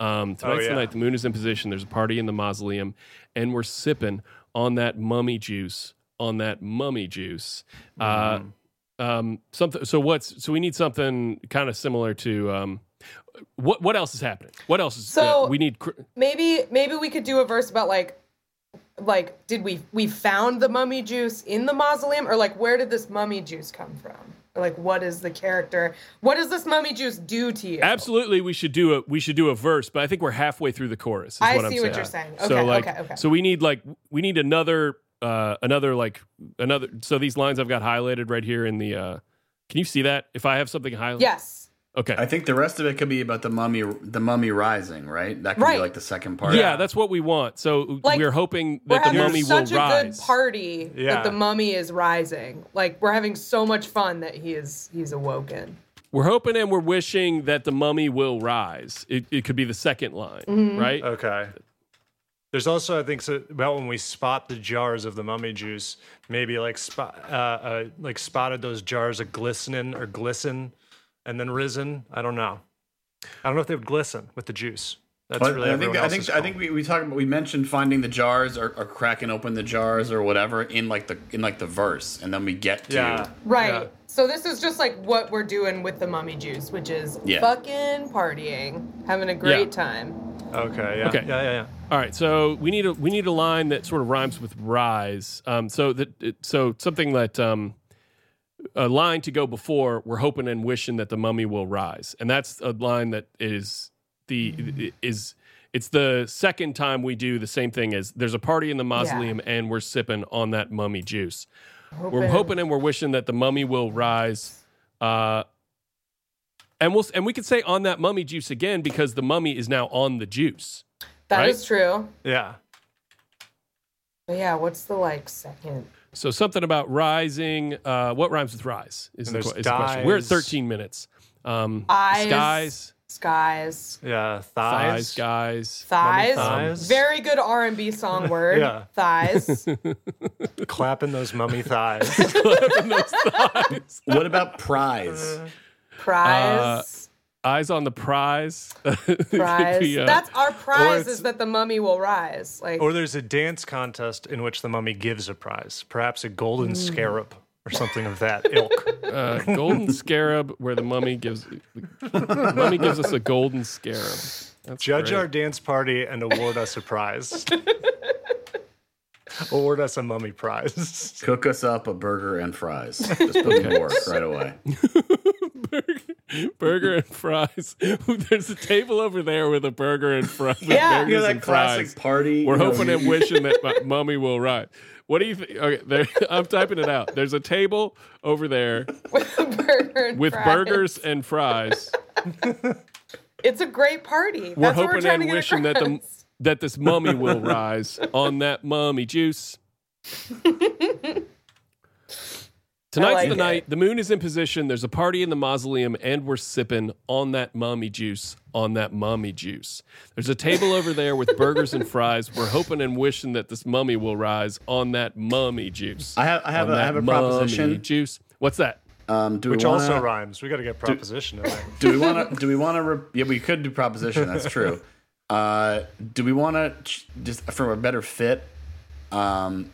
Um, tonight's the yeah. night the moon is in position. There's a party in the mausoleum, and we're sipping on that mummy juice. On that mummy juice. Uh, um, something. So what's so we need something kind of similar to um, what what else is happening? What else is So- we need? Cr- maybe maybe we could do a verse about like like did we we found the mummy juice in the mausoleum or like where did this mummy juice come from or like what is the character what does this mummy juice do to you absolutely, we should do a we should do a verse, but I think we're halfway through the chorus. Is I what I'm see saying. what you're saying. so Okay, like okay, okay. so we need like we need another uh another like another so these lines I've got highlighted right here in the uh can you see that if I have something highlighted yes okay I think the rest of it could be about the mummy, the mummy rising, right? That could Right. be like the second part. yeah that's what we want so uh, Like, we're hoping we're that the mummy having will such a rise good party Yeah. that the mummy is rising like we're having so much fun that he is he's awoken we're hoping and we're wishing that the mummy will rise it, it could be the second line Mm-hmm. right Okay. There's also, I think, so about when we spot the jars of the mummy juice, maybe like spot, uh, uh, like spotted those jars of glistening or glisten, and then risen. I don't know. I don't know if they would glisten with the juice. That's But really I think everyone I think else's I think call. we, we talked about we mentioned finding the jars or, or cracking open the jars or whatever in like the in like the verse, and then we get to yeah. right Yeah. so this is just like what we're doing with the mummy juice which is Yeah. fucking partying having a great time Okay. Yeah. Okay. Yeah. Yeah. yeah. all right so we need a we need a line that sort of rhymes with rise um so that it, so something that um a line to go before we're hoping and wishing that the mummy will rise and that's a line that is the is it's the second time we do the same thing as there's a party in the mausoleum and we're sipping on that mummy juice we're Hoping. hoping and we're wishing that the mummy will rise uh and we'll and we could say on that mummy juice again because the mummy is now on the juice That right? is true. Yeah. But yeah, what's the like second? So something about rising. Uh, what rhymes with rise is, And the, there's que- is the question. We're at dies. 13 minutes. Um, Eyes. Skies, Skies. Yeah. thighs, Thighs. guys. Thighs. thighs. Very good R and B song word. Yeah. Uh, Thighs. clapping those mummy thighs. What about prize? Prize. Eyes on the prize. It could prize. be, uh, That's our prize it's- is that the mummy will rise. Like Or there's a dance contest in which the mummy gives a prize, perhaps a golden Mm. scarab or something of that ilk. uh, golden scarab, where the mummy gives the mummy gives us a golden scarab. That's Judge great. our dance party and award us a prize. award us a mummy prize. Cook us up a burger and fries. Just put the work right away. burger, burger and fries. There's a table over there with a burger and fries. with Yeah. burgers You know that and classic fries. party. We're you know, hoping you- and wishing that my mummy will arrive. What do you think? Okay, there, I'm typing it out. There's a table over there with burger and with fries. burgers and fries. It's a great party. We're That's what we're hoping trying and to get wishing that the across. that this mummy will rise on that mummy juice. Tonight's like the it. night. The moon is in position. There's a party in the mausoleum, and we're sipping on that mummy juice. On that mummy juice. There's a table over there with burgers and fries. We're hoping and wishing that this mummy will rise on that mummy juice. I have I have On a, I that have a mummy proposition. Juice. What's that? Um, do Which we wanna, also rhymes. We got to get proposition in there. do we want to do we want to re- yeah we could do proposition that's true. Uh, do we want to ch- just for a better fit? Um,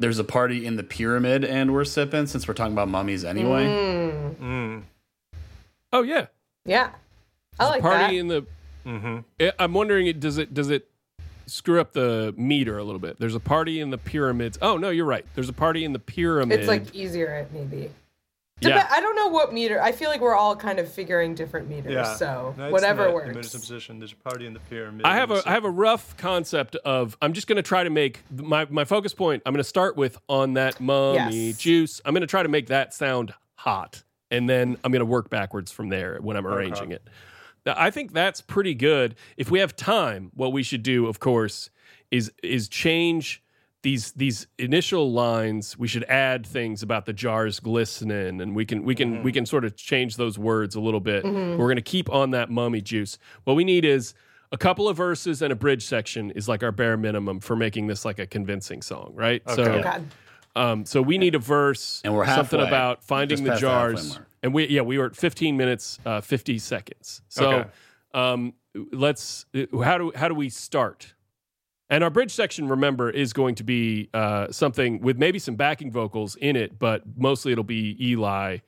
there's a party in the pyramid, and we're sipping since we're talking about mummies anyway. Oh yeah. yeah, I like party that. in the. I- I'm wondering, it does it does it screw up the meter a little bit? There's a party in the pyramids. Oh no, you're right. There's a party in the pyramid. it's like easier maybe. Dep- yeah, I don't know what meter. I feel like we're all kind of figuring different meters, so No, it's whatever not. The works. moon's in position. There's a party in the pyramid. I have a I have a rough concept of. I'm just going to try to make my my focus point. I'm going to start with on that mummy Yes. juice. I'm going to try to make that sound hot, and then I'm going to work backwards from there when I'm arranging it. Now, I think that's pretty good. If we have time, what we should do, of course, is is change these these initial lines. We should add things about the jars glistening, and we can we can we can sort of change those words a little bit. We're going to keep on that mummy juice. What we need is a couple of verses and a bridge section is like our bare minimum for making this like a convincing song, right? Okay. So, God, um, so we need a verse And we're something halfway. about Just finding the past the halfway jars, mark. and we yeah we were at 15 minutes uh, 50 seconds. So, Okay. um, let's uh, how do how do we start? And our bridge section, remember, is going to be uh, something with maybe some backing vocals in it, but mostly it'll be Eli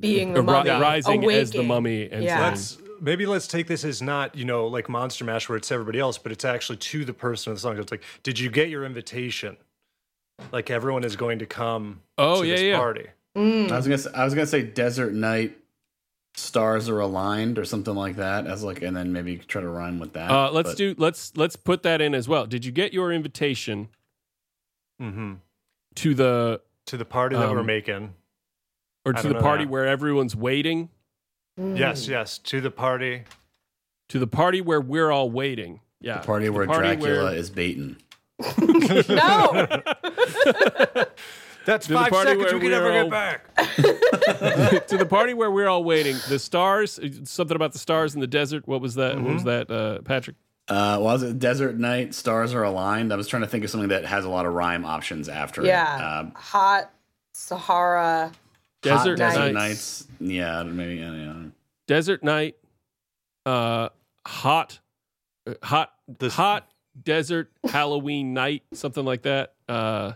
being uh, the ri- mummy, rising as the awaking. mummy, and Yeah. saying, Let's maybe let's take this as not you know like Monster Mash where it's everybody else, but it's actually to the person of the song. It's like, did you get your invitation? Like everyone is going to come. Oh, to yeah, this yeah. party. Mm. I was gonna say, I was gonna say desert night stars are aligned or something like that as like and then maybe try to rhyme with that. Uh, let's But do let's let's put that in as well. Did you get your invitation hmm to the To the party that we're Um, making. or I to don't the know party that. where everyone's waiting? Yes, yes. To the party. To the party where we're all waiting. Yeah, the party To the where Dracula is baiting. No, That's the five party seconds where we can we never are all- get back. to the party where we're all waiting. The stars, uh, something about the stars in the desert. What was that? What was that, uh, Patrick? Uh, was it desert night stars are aligned? I was trying to think of something that has a lot of rhyme options after yeah, it. hot Sahara. Uh, hot Desert, desert nights. nights. Yeah, maybe. Yeah, yeah. Desert night. Uh, hot, uh, hot, This- hot desert Halloween night. Something like that. Uh,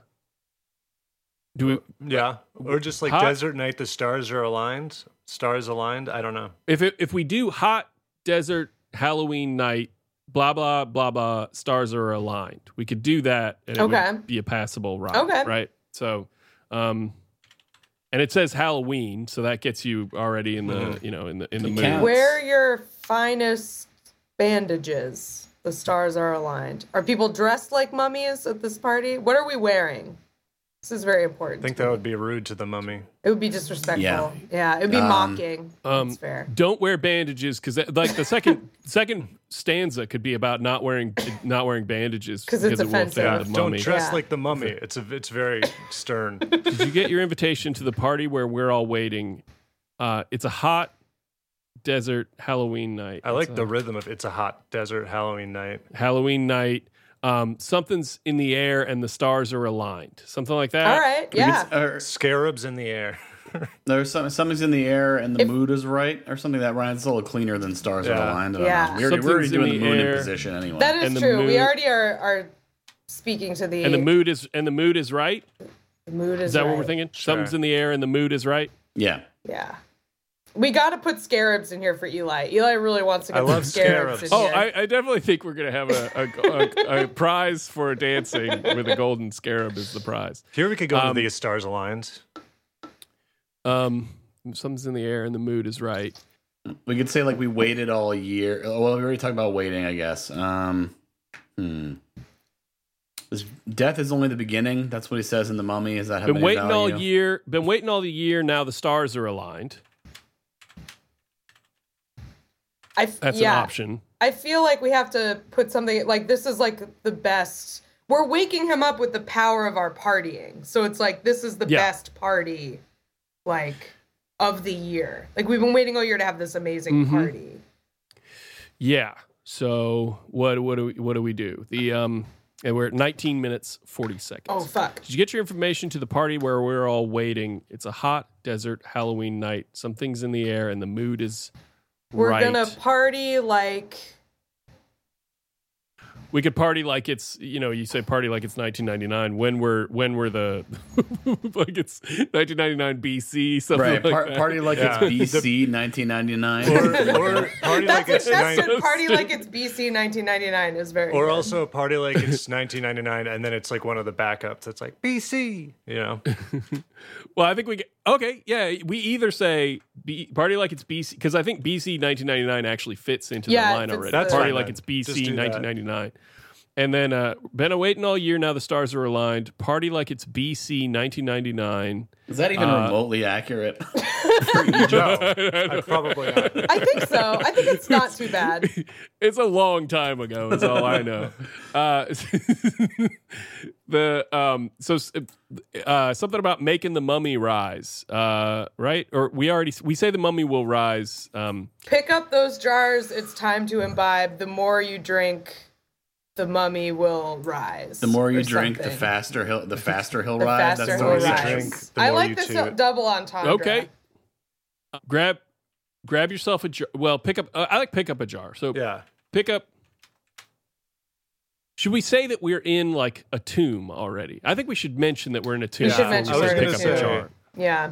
do we? Yeah. Or just like Hot- desert night, the stars are aligned. Stars aligned. I don't know. if it, if we do hot desert Halloween night, blah blah blah blah, stars are aligned. We could do that, and it Okay. would be a passable ride. Okay. right. So, um, and it says Halloween, so that gets you already in the Mm-hmm. you know in the in the mood. counts. Wear your finest bandages. The stars are aligned. Are people dressed like mummies at this party? What are we wearing? This is very I important. think that would be rude to the mummy. it would be disrespectful. Yeah. Yeah, it would be mocking. um, That's fair. Don't wear bandages because like the second second stanza could be about not wearing not wearing bandages 'Cause it's it will offend offensive. Yeah, the don't mummy. dress Yeah. like the mummy. It's a, it's very stern. Did you get your invitation to the party where we're all waiting? Uh, it's a hot desert Halloween night. I like the rhythm of it's a hot desert Halloween night. Halloween night. Um, something's in the air and the stars are aligned. Something like that. All right. Yeah. Or, Scarabs in the air. there's some, something's in the air and the mood is right or something that rhymes. It's a little cleaner than stars are Yeah. aligned. I don't Yeah. know. We're, already- we're already Something's in doing the, the moon air. in position anyway. That is and the true. mood- We already are, are speaking to the, And the mood is and the mood is right. the mood Is that what we're thinking? Something's in the air and the mood is right. yeah. Yeah. We got to put scarabs in here for Eli. Eli really wants to get I some love scarabs. in scarabs. Oh, here. I, I definitely think we're gonna have a, a, a, a prize for dancing with a golden scarab is the prize. Here we could go to the stars aligned. Um, something's in the air and the mood is right. We could say like we waited all year. Well, we already talked about waiting, I guess. Um, hmm. Is- Death is only the beginning. That's what he says in the Mummy. Is that how Been many waiting all value? year. Been waiting all the year. Now the stars are aligned. I f- That's yeah. an option. I feel like we have to put something like this is like the best. We're waking him up with the power of our partying. So it's like this is the Yeah. best party like of the year. Like we've been waiting all year to have this amazing Mm-hmm. party. Yeah. So what what do we what do we do? The um and we're at 19 minutes 40 seconds. Oh fuck. Did you get your information to the party where we're all waiting? It's a hot desert Halloween night. Something's in the air and the mood is We're right. gonna party like we could party like it's you know you say party like it's 1999 when we're when we're the like it's 1999 BC something Right. like Par- that. party like Yeah. it's BC 1999. Or, or party like it's that's a, that's nine, a party like it's BC 1999 is very or good. also party like it's 1999, and then it's like one of the backups that's like BC, you know. Well, I think we get, okay. Yeah, we either say B, party like it's BC because I think BC 1999 actually fits into the Yeah, it line fits already. the- That's party fine like then. it's BC Just do that. 1999, and then uh, been a waiting all year. Now the stars are aligned. Party like it's BC 1999. Is that even Uh, remotely accurate? I probably not. I think so. I think it's not too bad. It's a long time ago. It's all I know. Uh, the um, so uh, something about making the mummy rise, uh, right? Or we already we say the mummy will rise. Um, Pick up those jars. It's time to imbibe. The more you drink, the mummy will rise. The more you or drink, the something. faster he'll the faster he'll The rise. faster That's he'll the way you rise. drink, the I more like you this toot. double entendre. Okay. Uh, grab grab yourself a jar. Well, pick up. Uh, I like pick up a jar. So Yeah. pick up. Should we say that we're in like a tomb already? I think we should mention that we're in a tomb. You should before mention we we're say in a pick up tomb. a jar. Yeah.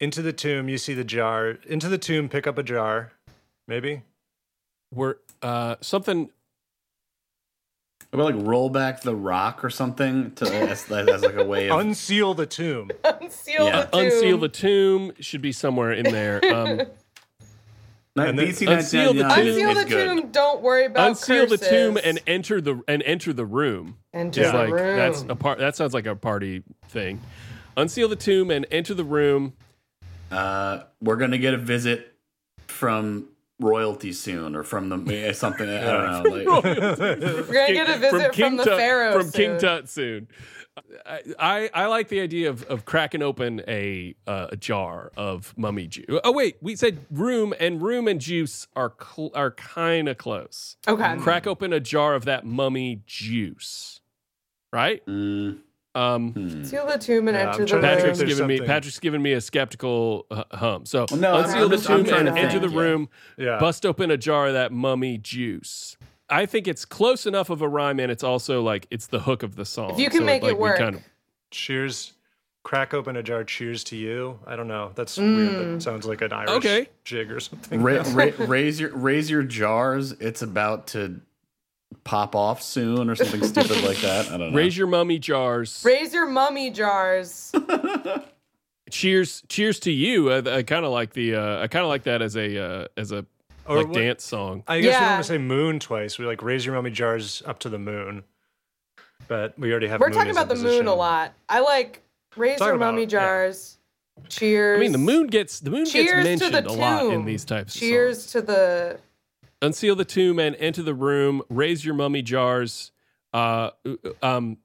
Into the tomb, you see the jar. Into the tomb, pick up a jar. Maybe. We're uh, something. About like roll back the rock or something to as, as like a way of Unseal the tomb. Unseal Yeah. the tomb. Unseal the tomb should be somewhere in there. Um, Like, and then- BC Unseal the 1999 tomb. Unseal is the good. tomb. Don't worry about unseal the curses. tomb and enter the and enter the room. enter It's Yeah. the like room. that's a part. That sounds like a party thing. Unseal the tomb and enter the room. Uh, we're gonna get a visit from royalty soon, or from the eh, something. I don't know. Like, We're gonna get a visit from, the Tut- pharaoh. from King soon. Tut soon. I, I I like the idea of of cracking open a uh, a jar of mummy juice. Oh wait, we said room and room and juice are cl- are kind of close. Okay. Crack open a jar of that mummy juice, right? Mm, Um, Unseal the tomb and Yeah, enter I'm trying to the think Patrick's room. there's giving me something- Patrick's giving me a skeptical uh, hum. So Well, no, I'm- unseal I'm the just- I'm tomb trying and to enter the think, yeah. room. Yeah. Bust open a jar of that mummy juice. I think it's close enough of a rhyme, and it's also like it's the hook of the song. If you can Oh, So, make like, it we work. kind of- Cheers. Crack open a jar. Cheers to you. I don't know. That's Mm. weird. That sounds like an Irish Okay. jig or something. ra- ra- raise your raise your jars. It's about to pop off soon, or something stupid like that. I don't know. raise your mummy jars. Raise your mummy jars. cheers, cheers to you. I, I kind of like the. Uh, I kind of like that as a uh, as a Or like what- dance song. I guess we Yeah. don't want to say moon twice. We like raise your mummy jars up to the moon. But we already have. We're moon talking as a about the moon position. a lot. I like raise Talking your about- mummy yeah. jars. Cheers. I mean, the moon gets the moon gets Cheers to mentioned the a tomb. lot in these types. Cheers Of songs. to the. Unseal the tomb and enter the room. Raise your mummy jars. Uh, um,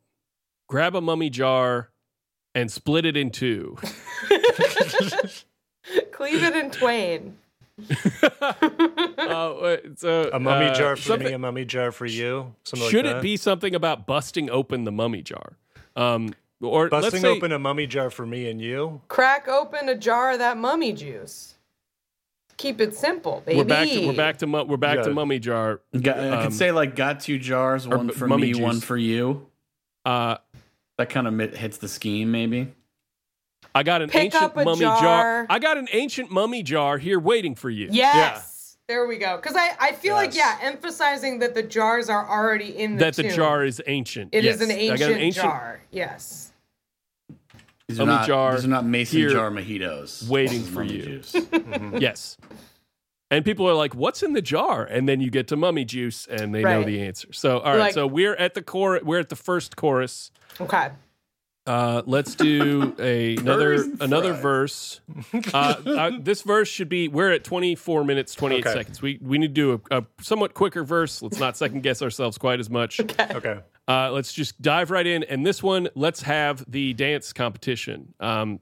grab a mummy jar and split it in two. Cleave it in twain. Uh, wait, so, A mummy uh, jar for something- me. A mummy jar for you. Something Should like it that. be something about busting open the mummy jar? Um, or busting let's say, open a mummy jar for me and you? Crack open a jar of that mummy juice. Keep it simple, baby. We're back. To, we're back to mu- we're back to Yeah. mummy jar. Got, I could say like got two jars, one um, b- for mummy me, juice. one for you. Uh, That kind of hits the scheme, maybe. I got an Pick ancient up a mummy jar. jar. I got an ancient mummy jar here waiting for you. Yes. There we go. Because I, I feel like, yeah, Yes. emphasizing that the jars are already in the that the tomb. jar is ancient. It is Yes. an I got ancient, jar. Yes. These are, Mummy not, jar these are not mason here jar mojitos. waiting This is for mummy you. juice. Yes. And people are like, "What's in the jar?" And then you get to mummy juice, and they know Right. the answer. So, all right. Like- so we're at the core. We're at the first chorus. Okay. Uh, let's do a, another Burgers and another fries. verse. Uh, uh, this verse should be. We're at 24 minutes 28 Okay. seconds. We we need to do a, a somewhat quicker verse. Let's not second guess ourselves quite as much. Okay. Uh, let's just dive right in. And this one, let's have the dance competition. Um,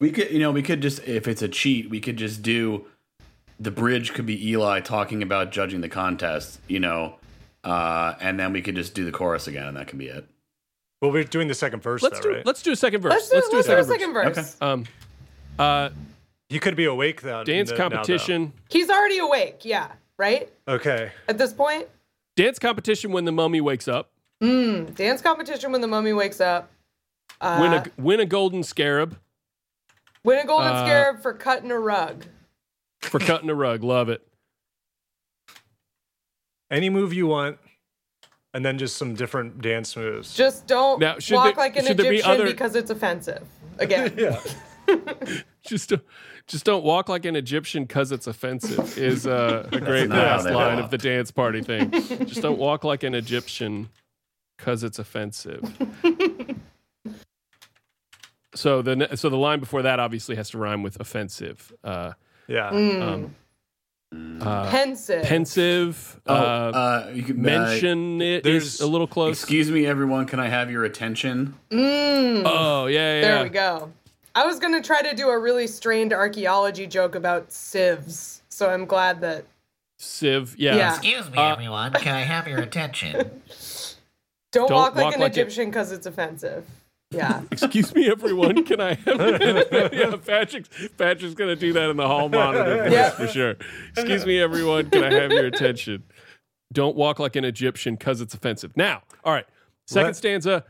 We could, you know, we could just if it's a cheat, we could just do the bridge could be Eli talking about judging the contest, you know, uh, and then we could just do the chorus again, and that can be it. Well, we're doing the second verse, let's though, do right? let's do a second verse. Let's do, let's do, a second verse. Okay. Um, uh, you could be awake though. dance n- now, though. competition. He's already awake. Yeah. Right. okay. At this point, Dance competition when the mummy wakes up. dance competition when the mummy wakes up. Uh, Win a win a golden scarab win a golden uh, scarab for cutting a rug. for cutting a rug. Love it. Any move you want, and then just some different dance moves. Just don't Now, should walk there- like an should there be Egyptian other- because it's offensive. Again, yeah. just don't, just don't walk like an Egyptian because it's offensive is uh, a great not how last they line walk. of the dance party thing. just don't walk like an Egyptian because it's offensive. so the ne- so the line before that obviously has to rhyme with offensive, uh, Yeah. Mm. um, uh, pensive. pensive. Oh, uh, uh, you could uh, mention it is there's- a little close. excuse me, everyone. Can I have your attention? Mm, oh yeah, yeah. there yeah. we go. I was gonna try to do a really strained archaeology joke about sieves, so I'm glad that Civ. Yeah. Yeah. Excuse me, everyone. Can I have your attention? don't, Don't walk like walk an like it- Egyptian because it's offensive. Yeah. Excuse me, everyone. Can I have yeah, Patrick's Patrick's gonna do that in the hall monitor voice Yeah. for sure. Excuse me, everyone. Can I have your attention? Don't walk like an Egyptian because it's offensive. Now, all right. Second What? stanza.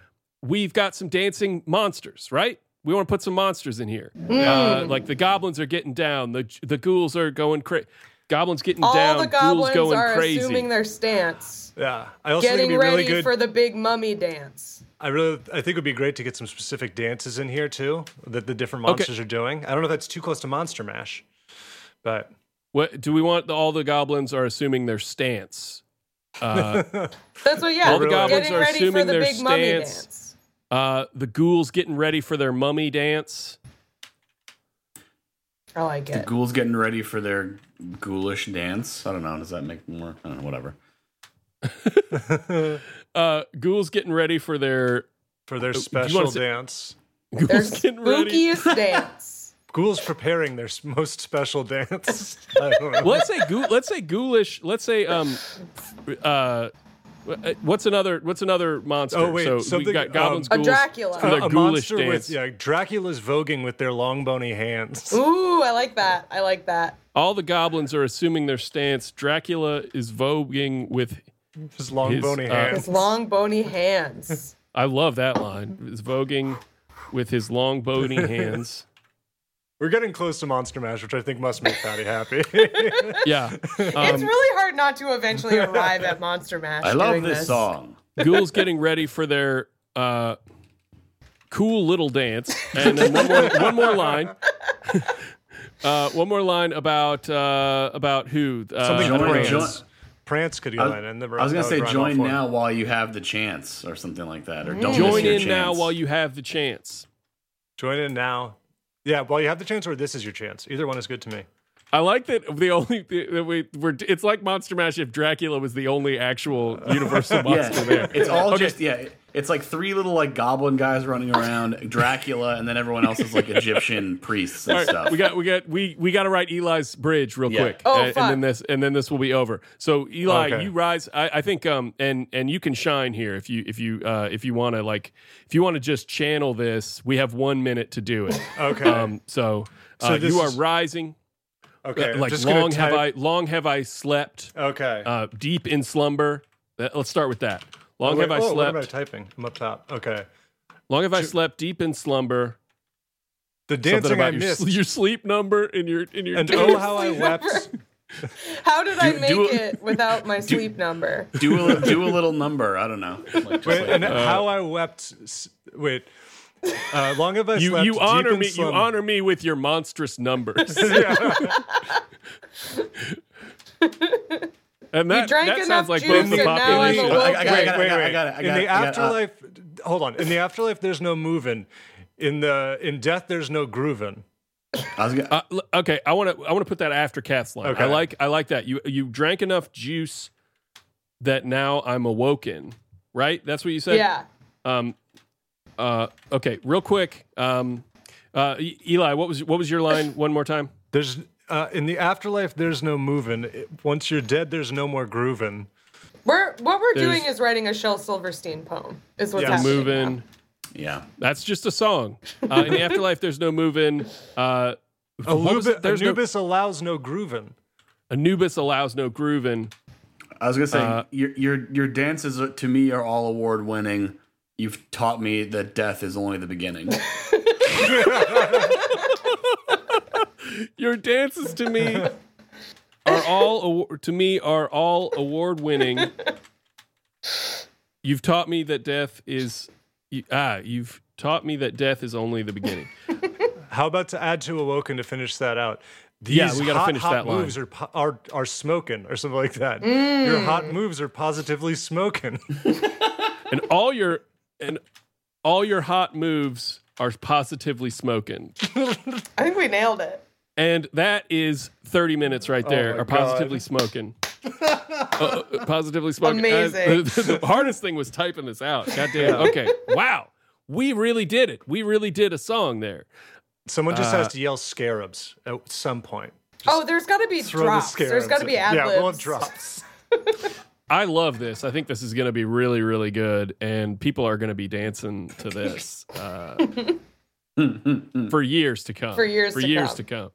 We've got some dancing monsters, right? We want to put some monsters in here. Hmm. Uh, like the goblins are getting down. The the ghouls are going crazy. Goblins getting All down. the goblins ghouls going are crazy. assuming their stance, Yeah. I also think getting it'd be ready really good. for the big mummy dance. I really, I think it would be great to get some specific dances in here too that the different monsters are doing. I don't know if that's too close to Monster Mash, but what do we want? The, all the goblins are assuming their stance. That's what. Yeah. All the goblins getting are ready assuming for the their big mummy stance. dance. Uh, the ghouls getting ready for their mummy dance. Oh, I like it. Ghouls getting ready for their ghoulish dance. I don't know. Does that make more? I don't know. Whatever. Uh, ghouls getting ready for their for their Oh, wanna special say- dance, ghouls Their getting ready. spookiest dance. Ghouls preparing their s- most special dance. I don't know. Well, let's say ghoul, let's say ghoulish. Let's say um, uh, what's another what's another monster? Oh, wait, so we've something, got goblins, um, A ghouls, Dracula. for their a ghoulish monster dance. with yeah, Dracula's voguing with their long bony hands. Ooh, I like that. I like that. All the goblins are assuming their stance. Dracula is voguing with. His long His, bony uh, hands. His long bony hands. I love that line. Is voguing with his long bony hands. We're getting close to Monster Mash, which I think must make Patty happy. Yeah, um, it's really hard not to eventually arrive at Monster Mash. I love doing this, song. ghouls getting ready for their uh, cool little dance, and then one more, one more line. Uh, one more line about uh, about who uh, Something the Join- brands. join- Prance could go in, and the I was gonna that say would rhyme join all for him. now while you have the chance, or something like that, or don't miss Join your in now chance. while you have the chance. Join in now. Yeah, well, you have the chance, or this is your chance. Either one is good to me. I like that the only that we were. It's like Monster Mash if Dracula was the only actual Universal monster Yeah, there. it's all just yeah. it- It's like three little like goblin guys running around, Dracula, and then everyone else is like Egyptian priests and All right, stuff. we got we got we we got to write Eli's bridge real Yeah. quick, Oh, and, and fuck. then this and then this will be over. So Eli, Okay. you rise. I, I think um and and you can shine here if you if you uh, if you want to like if you want to just channel this. We have one minute to do it. Okay. um. So, uh, So this you are is- rising. uh, okay. I'm like just gonna long have I type- long have I slept? Okay. Uh, deep in slumber. That- let's start with that. Long Wait, have I oh, What am I slept? typing? I'm up top. Okay. long have I slept deep in slumber. The Something dancing I about your, missed. sl- your sleep number and your and your and days. oh, how I wept. How did I make do- it without my sleep number? do a, li- do a little number. I don't know. Like, just Wait, like- and Uh, how I wept. s- Wait. Uh, long have I You slept. you honor deep in me you slumber. honor me with your monstrous numbers. and that, that drank sounds enough like juice both the and now I'm population. I, awoke. I, got it, I, Wait, got it, wait, I got it. I got In it, the Uh, I got it. afterlife, hold on. In the afterlife, there's no moving. In the in death, there's no grooving. I was gonna, Uh, l- okay, I want to I want to put that after Kath's line. Okay. I like I like that. You you drank enough juice that now I'm awoken. Right? That's what you said. yeah. Um. Uh. Okay. Real quick. Um. Uh. E- Eli, what was what was your line? One more time. There's uh, in the afterlife, there's no moving. It- Once you're dead, there's no more grooving. We're what we're There's- doing is writing a Shel Silverstein poem. Is what's Yeah. happening. Moving. now. yeah. That's just a song. Uh, in the afterlife, there's no moving. Uh, what was Anubi- it? There's no- Anubis allows no grooving. Anubis allows no grooving. I was gonna say Uh, your your your dances are- to me are all award winning. You've taught me that death is only the beginning. Your dances to me are all awa- to me are all award winning. You've taught me that death is you, ah. You've taught me that death is only the beginning. How about to add to awoken to finish that out? These Yeah, we gotta hot, finish hot that line. Mm. moves Are, po- are are smoking or something like that. Your hot moves are positively smoking. and all your and all your hot moves are positively smoking. I think we nailed it. And that is 30 minutes right there, my or positively smoking. Uh, uh, positively smoking. Amazing. the, the hardest thing was typing this out. God damn. Okay. Wow. We really did it. We really did a song there. Someone Uh, just has to yell scarabs at some point. Oh, there's got to be Throw the drops. scarabs. There's got to be ad Yeah, libs. we'll have drops. I love this. I think this is going to be really, really good, and people are going to be dancing to this uh, for years to come. For years for to years come. to come.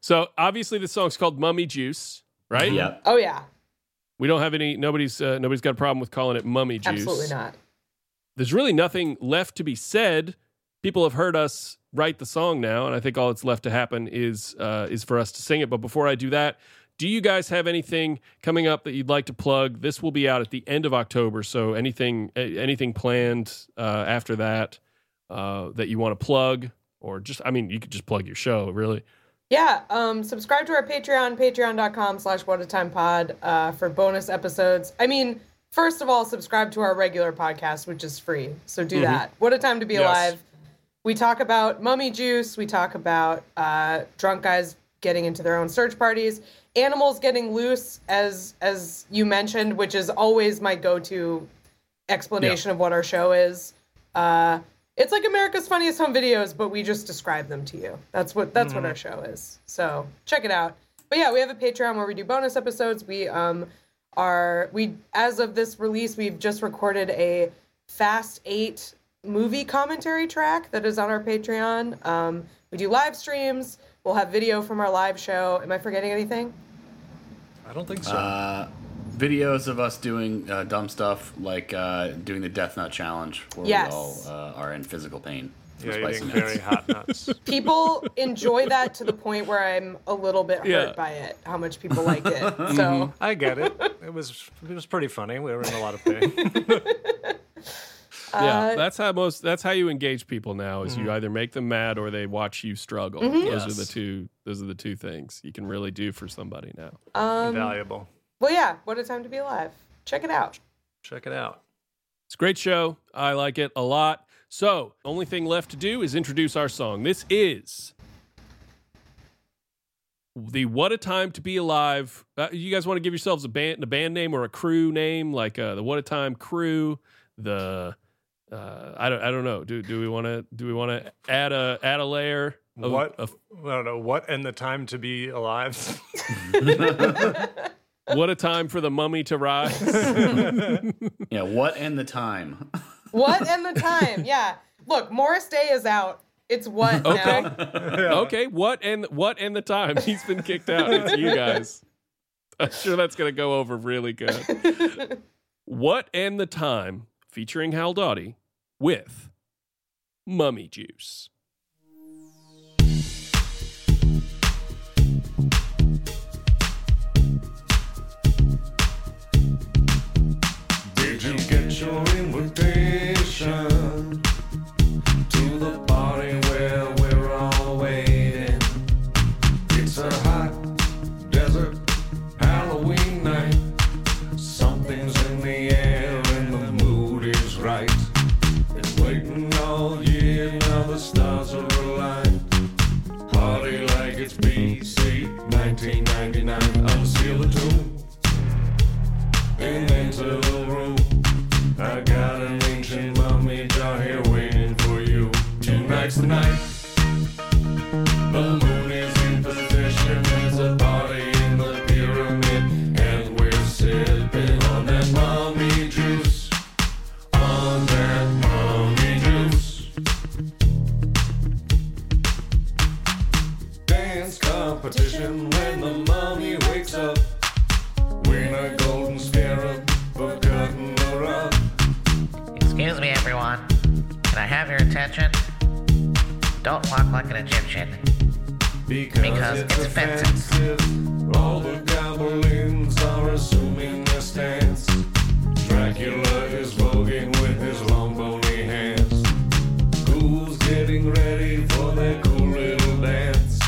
So obviously, this song's called "Mummy Juice," right? yeah. Oh yeah, We don't have any. Nobody's uh, nobody's got a problem with calling it "Mummy Juice." absolutely not. there's really nothing left to be said. People have heard us write the song now, and I think all that's left to happen is uh, is for us to sing it. But before I do that, do you guys have anything coming up that you'd like to plug? This will be out at the end of October, so anything a- anything planned uh, after that uh, that you want to plug, or just I mean, you could just plug your show, really. Yeah, um, subscribe to our Patreon, patreon.com slash whatatimepod uh, for bonus episodes. I mean, first of all, subscribe to our regular podcast, which is free. So do that. What a Time to Be Alive. We talk about mummy juice. We talk about uh, drunk guys getting into their own search parties, animals getting loose, as as you mentioned, which is always my go-to explanation of what our show is. Uh, it's like America's Funniest Home Videos, but we just describe them to you. That's what that's what our show is. So check it out. But yeah, we have a Patreon where we do bonus episodes. We um are we as of this release, we've just recorded a Fast Eight movie commentary track that is on our Patreon. Um, we do live streams. We'll have video from our live show. Am I forgetting anything? I don't think so. Videos of us doing uh, dumb stuff like uh, doing the Death Nut Challenge, where Yes. we all uh, are in physical pain. from yeah, spicy eating nuts. very hot nuts. people enjoy that to the point where I'm a little bit hurt Yeah. by it, how much people like it. So I get it. It was it was pretty funny. We were in a lot of pain. yeah, that's how most that's how you engage people now is you either make them mad or they watch you struggle. Those Yes. are the two. Those are the two things you can really do for somebody now. Valuable. um, well yeah, what a time to be alive. Check it out. Check it out. It's a great show. I like it a lot. So, only thing left to do is introduce our song. This is the What a Time to Be Alive. Uh, you guys want to give yourselves a band, a band name or a crew name, like uh, the What a Time Crew, the uh, I don't I don't know. Do do we want to do we want to add a add a layer? Of, what of I don't know. What and the time to be alive. what a time for the mummy to rise. Yeah. What and the time? What and the time? Yeah. Look, Morris Day is out. It's what Okay. now? Okay, what and what and the time he's been kicked out. It's you guys. I'm sure that's gonna go over really good. what and the time featuring Hal Dottie with Mummy Juice. Did you get your invitation to the party where we're all waiting? It's a hot desert Halloween night. Something's in the air and the mood is right. And It's night. The moon is in position. There's a party in the pyramid, and we're sipping on that mummy juice. On that mummy juice. Dance competition when the mummy wakes up. Win a golden scarab for cutting her up. Excuse me, everyone. Can I have your attention? Don't walk like an Egyptian. Because, Because it's, it's offensive. offensive. All the goblins are assuming their stance. Dracula is voguing with his long bony hands. Ghouls getting ready for their cool little dance.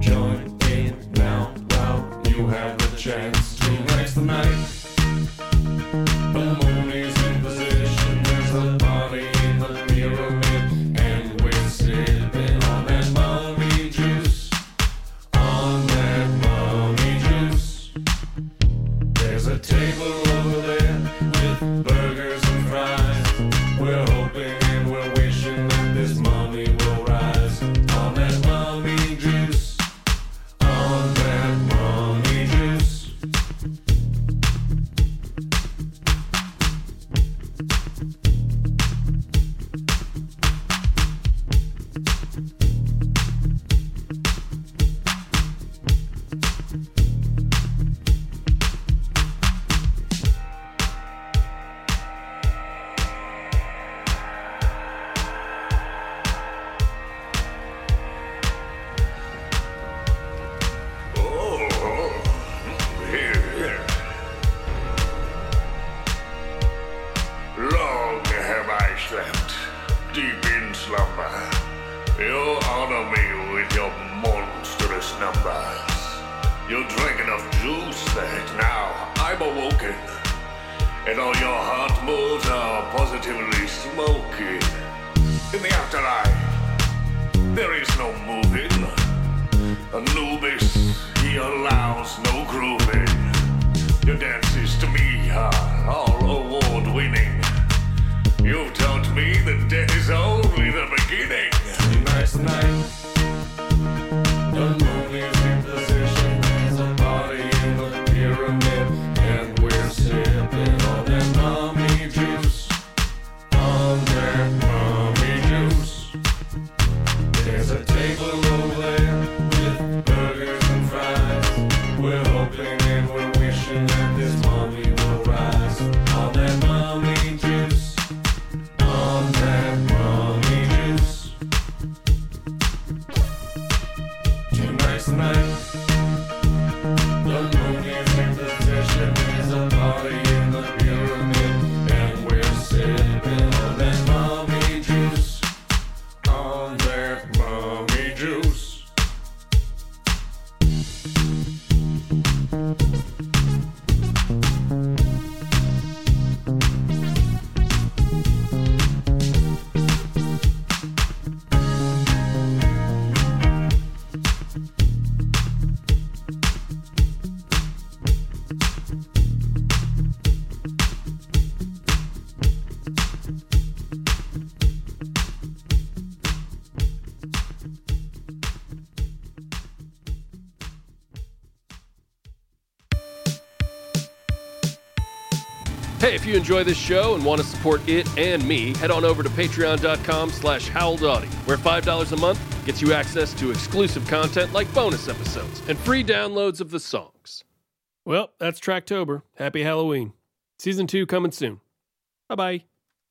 Join in now while you have the chance. Tonight's the night. The moon is in position. There's a party in the pyramid, and we're sipping on that mommy juice. On that mommy juice. There's a table over there with burgers and fries. We're hoping and we're wishing that this mommy will rise. On that mommy juice. On that mommy juice. Here. Long have I slept, deep in slumber. You honor me with your monstrous numbers. You drank enough juice that now I'm awoken. And all your heart moves are positively smoking. In the afterlife, there is no moving. Anubis, he allows no grooving. Your dances to me are all award winning. You've taught me that death is only the beginning. Tonight's the night. The moon is in position. There's a party in the pyramid, and we're sipping on that mommy juice. On that mommy juice. There's a table over there with burgers and fries. We're hoping and we're wishing that this mommy will rise. On that mommy juice. On that mommy juice. Tonight's the night. The moon is in position. There's a party in the pyramid, and we're sipping on that mommy juice. On that mommy juice. Hey, if you enjoy this show and want to support it and me, head on over to patreon.com slash howldaudi, where $5 a month gets you access to exclusive content like bonus episodes and free downloads of the songs. Well, that's Tracktober. Happy Halloween. Season 2 coming soon. Bye-bye.